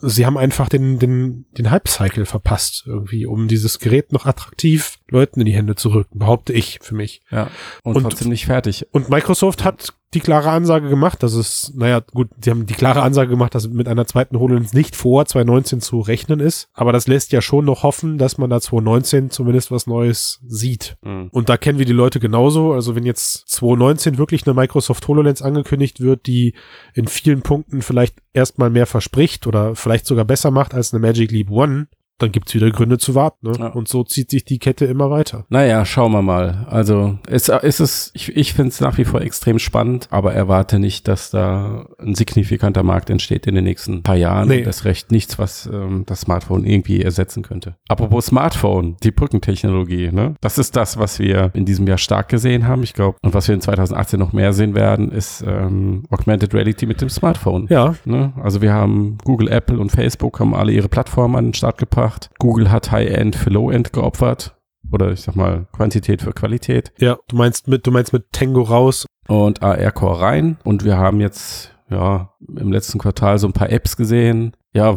B: sie haben einfach den, den, den Hype-Cycle verpasst irgendwie, um dieses Gerät noch attraktiv Leuten in die Hände zu rücken, behaupte ich für mich.
A: Ja. Und,
B: Und-
A: trotzdem nicht fertig.
B: Und Microsoft hat die klare Ansage gemacht, dass es, naja, gut, sie haben die klare Ansage gemacht, dass mit einer zweiten HoloLens nicht vor 2019 zu rechnen ist. Aber das lässt ja schon noch hoffen, dass man da 2019 zumindest was Neues sieht.
A: Mhm.
B: Und da kennen wir die Leute genauso. Also wenn jetzt 2019 wirklich eine Microsoft HoloLens angekündigt wird, die in vielen Punkten vielleicht erstmal mehr verspricht oder vielleicht sogar besser macht als eine Magic Leap One, dann gibt's wieder Gründe zu warten. Ne?
A: Ja.
B: Und so zieht sich die Kette immer weiter.
A: Naja, schauen wir mal. Also es es ist ich, ich finde es nach wie vor extrem spannend, aber erwarte nicht, dass da ein signifikanter Markt entsteht in den nächsten paar Jahren.
B: Nee.
A: Das recht nichts, was ähm, das Smartphone irgendwie ersetzen könnte. Apropos Smartphone, die Brückentechnologie, ne? Das ist das, was wir in diesem Jahr stark gesehen haben, ich glaube. Und was wir in 2018 noch mehr sehen werden, ist ähm, Augmented Reality mit dem Smartphone.
B: Ja,
A: Ne? Also wir haben Google, Apple und Facebook haben alle ihre Plattformen an den Start gebracht. Google hat High-End für Low-End geopfert. Oder ich sag mal Quantität für Qualität.
B: ja. Du meinst mit, du meinst mit Tango raus
A: Und AR-Core rein. Und wir haben jetzt, ja, im letzten Quartal so ein paar Apps gesehen. Ja,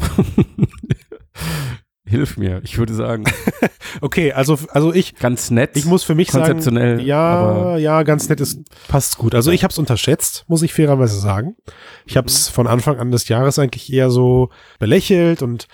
A: hilf mir. Ich würde sagen,
B: Okay, also, also ich,
A: ganz nett.
B: ich muss für mich sagen,
A: konzeptionell.
B: ja, also
A: aber
B: ja, ganz nett, es passt gut. Also ich habe es unterschätzt, muss ich fairerweise sagen. Ich habe
A: Mhm.
B: es von Anfang an des Jahres eigentlich eher so belächelt und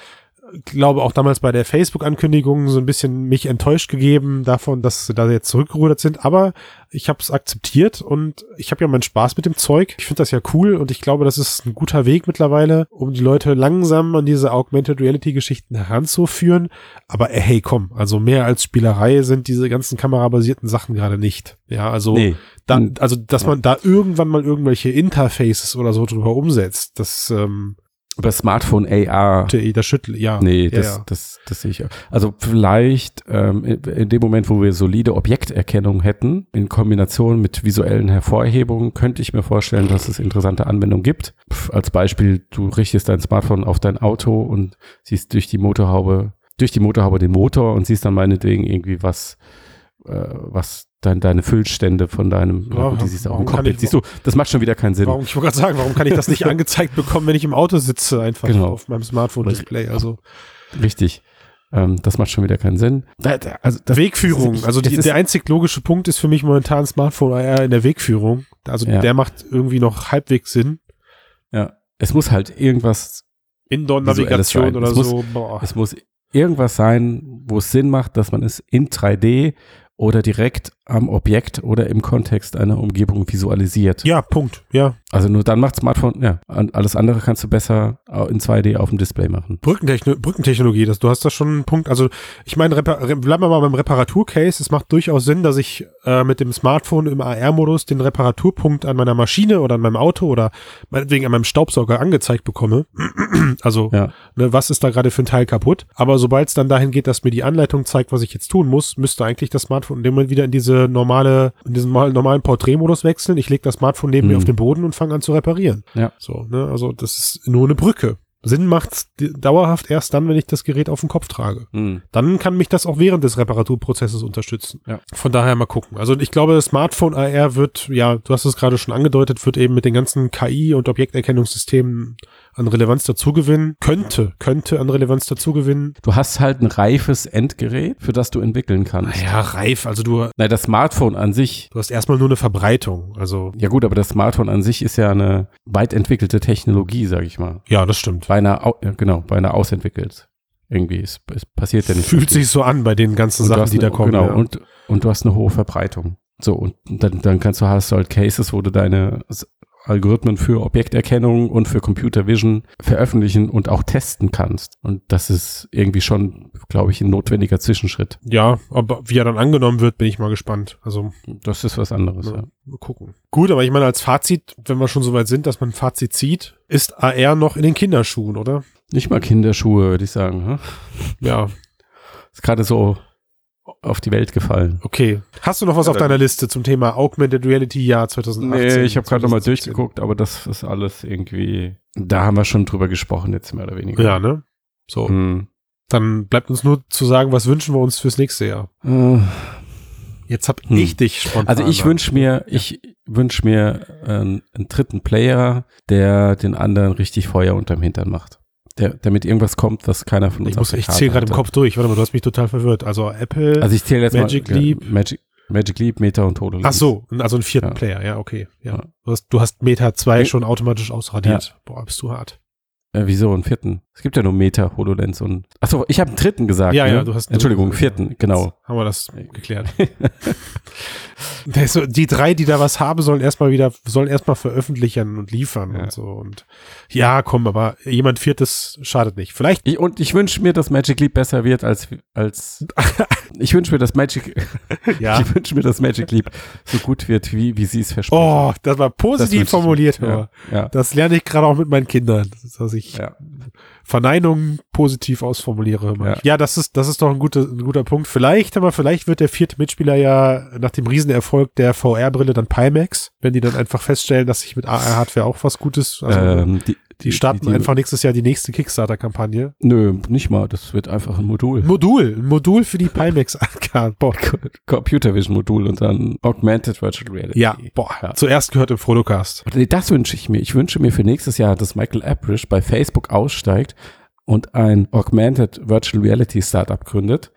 B: glaube auch damals bei der Facebook-Ankündigung so ein bisschen mich enttäuscht gegeben davon, dass sie da jetzt zurückgerudert sind. Aber ich habe es akzeptiert und ich habe ja meinen Spaß mit dem Zeug. Ich finde das ja cool und ich glaube, das ist ein guter Weg mittlerweile, um die Leute langsam an diese Augmented Reality-Geschichten heranzuführen. Aber äh, hey, komm, also mehr als Spielerei sind diese ganzen kamerabasierten Sachen gerade nicht. Ja, also
A: nee.
B: da,
A: Mhm.
B: also dass man da irgendwann mal irgendwelche Interfaces oder so drüber umsetzt, das ähm, eh,
A: Über Smartphone AR.
B: Das schüttel, ja.
A: Nee,
B: Ah, ja,
A: das,
B: ja.
A: das, das sehe ich. auch. Also vielleicht ähm, in dem Moment, wo wir solide Objekterkennung hätten, in Kombination mit visuellen Hervorhebungen, könnte ich mir vorstellen, dass es interessante Anwendungen gibt. Pff, als Beispiel, du richtest dein Smartphone auf dein Auto und siehst durch die Motorhaube, durch die Motorhaube den Motor und siehst dann meinetwegen irgendwie was, äh, was dein, deine Füllstände von deinem,
B: Ja,
A: ja, die siehst du auch
B: warum
A: im
B: kann
A: Cockpit.
B: ich-
A: siehst du, das macht schon wieder keinen Sinn.
B: Warum, ich wollte gerade sagen, warum kann ich das nicht angezeigt bekommen, wenn ich im Auto sitze, einfach
A: Genau.
B: auf meinem Smartphone-Display? Also
A: Richtig. Ähm, das macht schon wieder keinen Sinn. Da- da- Also das,
B: Wegführung.
A: ich-
B: Also die,
A: es ist-
B: der einzig logische Punkt ist für mich momentan Smartphone AR in der Wegführung. Also
A: Ja.
B: der macht irgendwie noch halbwegs Sinn.
A: ja, es muss halt irgendwas Visuelles
B: Indoor-Navigation
A: sein.
B: oder
A: Es muss-
B: so. Boah.
A: Es muss irgendwas sein, wo es Sinn macht, dass man es in 3D oder direkt am Objekt oder im Kontext einer Umgebung visualisiert.
B: Ja, Punkt. Ja.
A: Also nur dann macht Smartphone, ja, an- alles andere kannst du besser au- in 2D auf dem Display machen.
B: Brückentechno Brückentechnologie, das, du hast da schon einen Punkt. Also ich meine, Repa- Re- bleiben wir mal beim Reparaturcase. Es macht durchaus Sinn, dass ich äh, mit dem Smartphone im AR-Modus den Reparaturpunkt an meiner Maschine oder an meinem Auto oder meinetwegen an meinem Staubsauger angezeigt bekomme. also
A: Ja.
B: ne, was ist da gerade für ein Teil kaputt. Aber sobald es dann dahin geht, dass mir die Anleitung zeigt, was ich jetzt tun muss, müsste eigentlich das Smartphone in dem Moment wieder in diese normale, in diesen mal- normalen Porträtmodus wechseln. Ich lege das Smartphone neben mir
A: Mhm.
B: auf den Boden und fange an zu reparieren.
A: Ja.
B: So, ne, also das ist nur eine Brücke. Sinn macht's d- dauerhaft erst dann, wenn ich das Gerät auf dem Kopf trage.
A: Hm.
B: Dann kann mich das auch während des Reparaturprozesses unterstützen.
A: Ja.
B: Von daher mal gucken. Also ich glaube, das Smartphone AR wird, ja, du hast es gerade schon angedeutet, wird eben mit den ganzen KI- und Objekterkennungssystemen an Relevanz dazugewinnen. Könnte, könnte an Relevanz dazugewinnen.
A: Du hast halt ein reifes Endgerät, für das du entwickeln kannst.
B: Naja, reif. Also du,
A: Nein, das Smartphone an sich.
B: du hast erstmal nur eine Verbreitung. Also
A: Ja gut, aber das Smartphone an sich ist ja eine weit entwickelte Technologie, sage ich mal.
B: ja, das stimmt.
A: Beinahe, au- ja, genau, beinahe ausentwickelt. Irgendwie, es, es passiert ja nicht. so
B: Fühlt
A: viel.
B: sich so an bei den ganzen
A: Und du
B: Sachen,
A: hast
B: die da
A: eine-
B: kommen.
A: Genau,
B: ja.
A: und, und du hast eine hohe Verbreitung. So, und dann, dann kannst du, hast du halt Cases, wo du deine S- Algorithmen für Objekterkennung und für Computer Vision veröffentlichen und auch testen kannst. Und das ist irgendwie schon, glaube ich, ein notwendiger Zwischenschritt.
B: ja, aber wie er dann angenommen wird, bin ich mal gespannt. Also
A: Das ist was anderes.
B: Ja.
A: Ja.
B: Ne? Mal gucken. Gut, aber ich meine, als Fazit, wenn wir schon so weit sind, dass man ein Fazit zieht, ist AR noch in den Kinderschuhen, oder?
A: Nicht mal Kinderschuhe, würde ich sagen. hm?
B: Ja.
A: Ist gerade so auf die Welt gefallen.
B: Okay. Hast du noch was
A: Ja,
B: auf
A: dann-
B: deiner Liste zum Thema Augmented Reality Jahr 2018?
A: Nee, ich habe gerade nochmal
B: 2017?
A: durchgeguckt, aber das ist alles irgendwie. Da haben wir schon drüber gesprochen, jetzt mehr oder weniger.
B: Ja, ne? So.
A: Hm.
B: Dann bleibt uns nur zu sagen, was wünschen wir uns fürs nächste Jahr?
A: Äh.
B: Jetzt hab
A: Hm.
B: ich dich spontan. ne?
A: Also ich wünsche mir, ich wünsch mir ähm, einen dritten Player, der den anderen richtig Feuer unterm Hintern macht. Der, damit irgendwas kommt, was keiner von uns
B: Ich,
A: auf
B: muss,
A: der
B: ich
A: Karte
B: zähle gerade im
A: hatte.
B: Kopf durch. Warte mal, du hast mich total verwirrt. Also Apple.
A: Also ich zähle jetzt
B: Magic
A: mal ja,
B: Leap.
A: Magic, Magic Leap, Meta und Todel.
B: Ach so, also einen vierten
A: Ja.
B: Player, ja, okay. Ja.
A: Ja. Hm.
B: Du, hast, du hast Meta 2
A: Ja.
B: schon automatisch ausradiert. Boah, bist du hart.
A: Äh, wieso einen vierten? Es gibt ja nur Meta, HoloLens und Ach so, ich habe einen dritten gesagt.
B: Ja,
A: ne?
B: ja, du hast einen
A: Entschuldigung, einen
B: dritten gesagt,
A: vierten, genau.
B: Haben wir das geklärt. Der ist so- die drei, die da was haben, sollen erstmal wieder, sollen erstmal veröffentlichen und liefern
A: Ja.
B: und so. Und ja, komm, aber jemand Viertes schadet nicht. Vielleicht
A: Ich, und ich wünsche mir, dass Magic Leap besser wird als als ich wünsche mir, dass Magic
B: ja.
A: ich wünsche mir, dass Magic Leap so gut wird, wie wie sie es versprochen.
B: Oh, das war
A: Das
B: positiv
A: wünsche ich mir.
B: formuliert,
A: ja,
B: aber
A: ja,
B: das lerne ich gerade auch mit meinen Kindern, dass ich
A: ja.
B: Verneinungen positiv ausformuliere. Ja,
A: Ja.
B: ja das ist das ist doch ein guter ein guter Punkt. Vielleicht, aber vielleicht wird der vierte Mitspieler ja nach dem Riesenerfolg der VR-Brille dann Pimax, wenn die dann einfach feststellen, dass ich mit AR-Hardware auch was Gutes. Also,
A: Ähm, die,
B: Die starten einfach nächstes Jahr die nächste Kickstarter-Kampagne.
A: Nö, nicht mal. Das wird einfach ein Modul.
B: Modul, ein Modul für die Pimax AK. Boah.
A: Computer Vision Modul und dann Augmented Virtual Reality.
B: Ja, boah.
A: Ja.
B: Zuerst gehört im Frodocast.
A: Nee, Das wünsche ich mir. Ich wünsche mir für nächstes Jahr, dass Michael Aprish bei Facebook aussteigt und ein Augmented Virtual Reality Startup gründet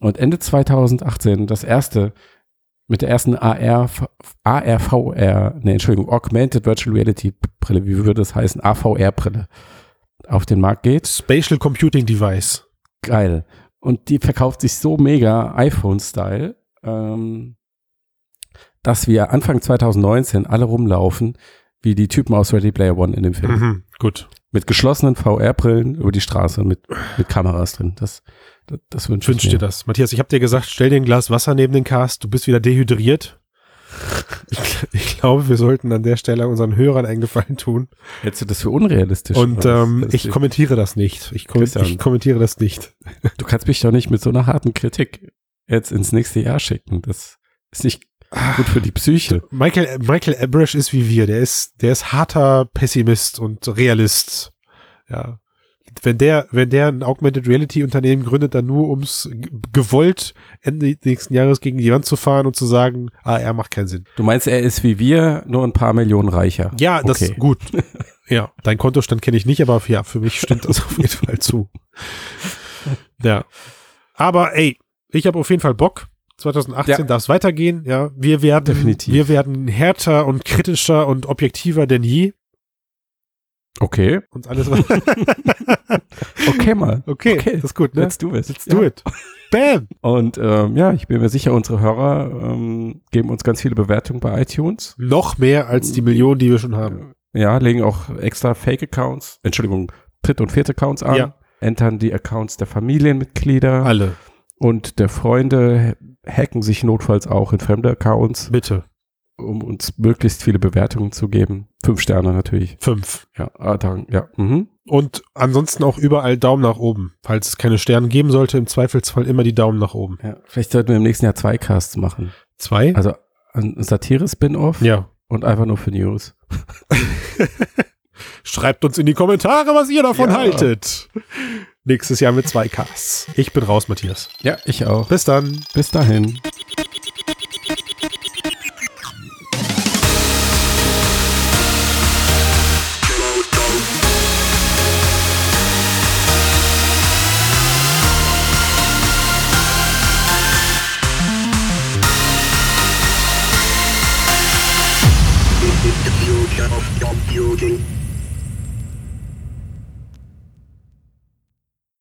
A: und Ende 2018 das erste mit der ersten AR, ARVR, nee, Entschuldigung, Augmented Virtual Reality Brille, wie würde es heißen, AVR-Brille, auf den Markt geht.
B: Spatial Computing Device.
A: geil. Und die verkauft sich so mega iPhone-Style, ähm, dass wir Anfang 2019 alle rumlaufen wie die Typen aus Ready Player One in dem Film.
B: Mhm, gut.
A: Mit geschlossenen VR-Brillen über die Straße mit, mit Kameras drin. Das, das, das wünsche ich
B: Wünsch dir
A: mir.
B: das. Matthias, ich habe dir gesagt, stell dir ein Glas Wasser neben den Cast. Du bist wieder dehydriert. Ich, ich glaube, wir sollten an der Stelle unseren Hörern einen Gefallen tun.
A: Hättest du das für unrealistisch?
B: Und
A: oder was?
B: ähm,
A: Das-
B: ich kommentiere das nicht. Ich, kom
A: Christian.
B: ich kommentiere das nicht.
A: Du kannst mich doch nicht mit so einer harten Kritik jetzt ins nächste Jahr schicken. Das ist nicht gut für die Psyche.
B: Ah. Michael, Michael Abrash ist wie wir. Der ist, der ist harter Pessimist und Realist. Ja. Wenn der, wenn der ein Augmented Reality Unternehmen gründet, dann nur ums g- gewollt Ende nächsten Jahres gegen die Wand zu fahren und zu sagen, AR macht keinen Sinn.
A: Du meinst, er ist wie wir, nur ein paar Millionen reicher.
B: Ja, das
A: Okay.
B: ist gut. Ja, dein Kontostand kenne ich nicht, aber ja, für mich stimmt das auf jeden Fall zu. Ja. Aber ey, ich habe auf jeden Fall Bock. 2018
A: Ja.
B: darf es weitergehen. Ja, wir werden,
A: Definitiv.
B: wir werden härter und kritischer und objektiver denn je.
A: Okay.
B: Und alles was.
A: Okay, mal.
B: Okay,
A: Okay.
B: das ist gut, ne?
A: Let's do it. Let's
B: Do it. Bam!
A: Und ähm, ja, ich bin mir sicher, unsere Hörer ähm, geben uns ganz viele Bewertungen bei iTunes. Ähm,
B: Noch mehr als die Millionen, die wir schon haben.
A: Ja, legen auch extra Fake-Accounts, Entschuldigung, Dritt- und Viert-Accounts an,
B: Ja.
A: entern die Accounts der Familienmitglieder
B: Alle.
A: und der Freunde, hacken sich notfalls auch in fremde Accounts,
B: Bitte.
A: um uns möglichst viele Bewertungen zu geben. Fünf Sterne natürlich.
B: Fünf.
A: Ja, ah, danke. Ja, mhm.
B: Und ansonsten auch überall Daumen nach oben. Falls es keine Sterne geben sollte, im Zweifelsfall immer die Daumen nach oben.
A: ja. Vielleicht sollten wir im nächsten Jahr zwei Casts machen.
B: Zwei?
A: Also ein Satire-Spin-Off
B: Ja.
A: und einfach nur für News.
B: Schreibt uns in die Kommentare, was ihr davon
A: Ja.
B: haltet. Nächstes Jahr mit zwei Ks. Ich bin raus, Matthias.
A: Ja, ich auch.
B: Bis dann.
A: Bis dahin.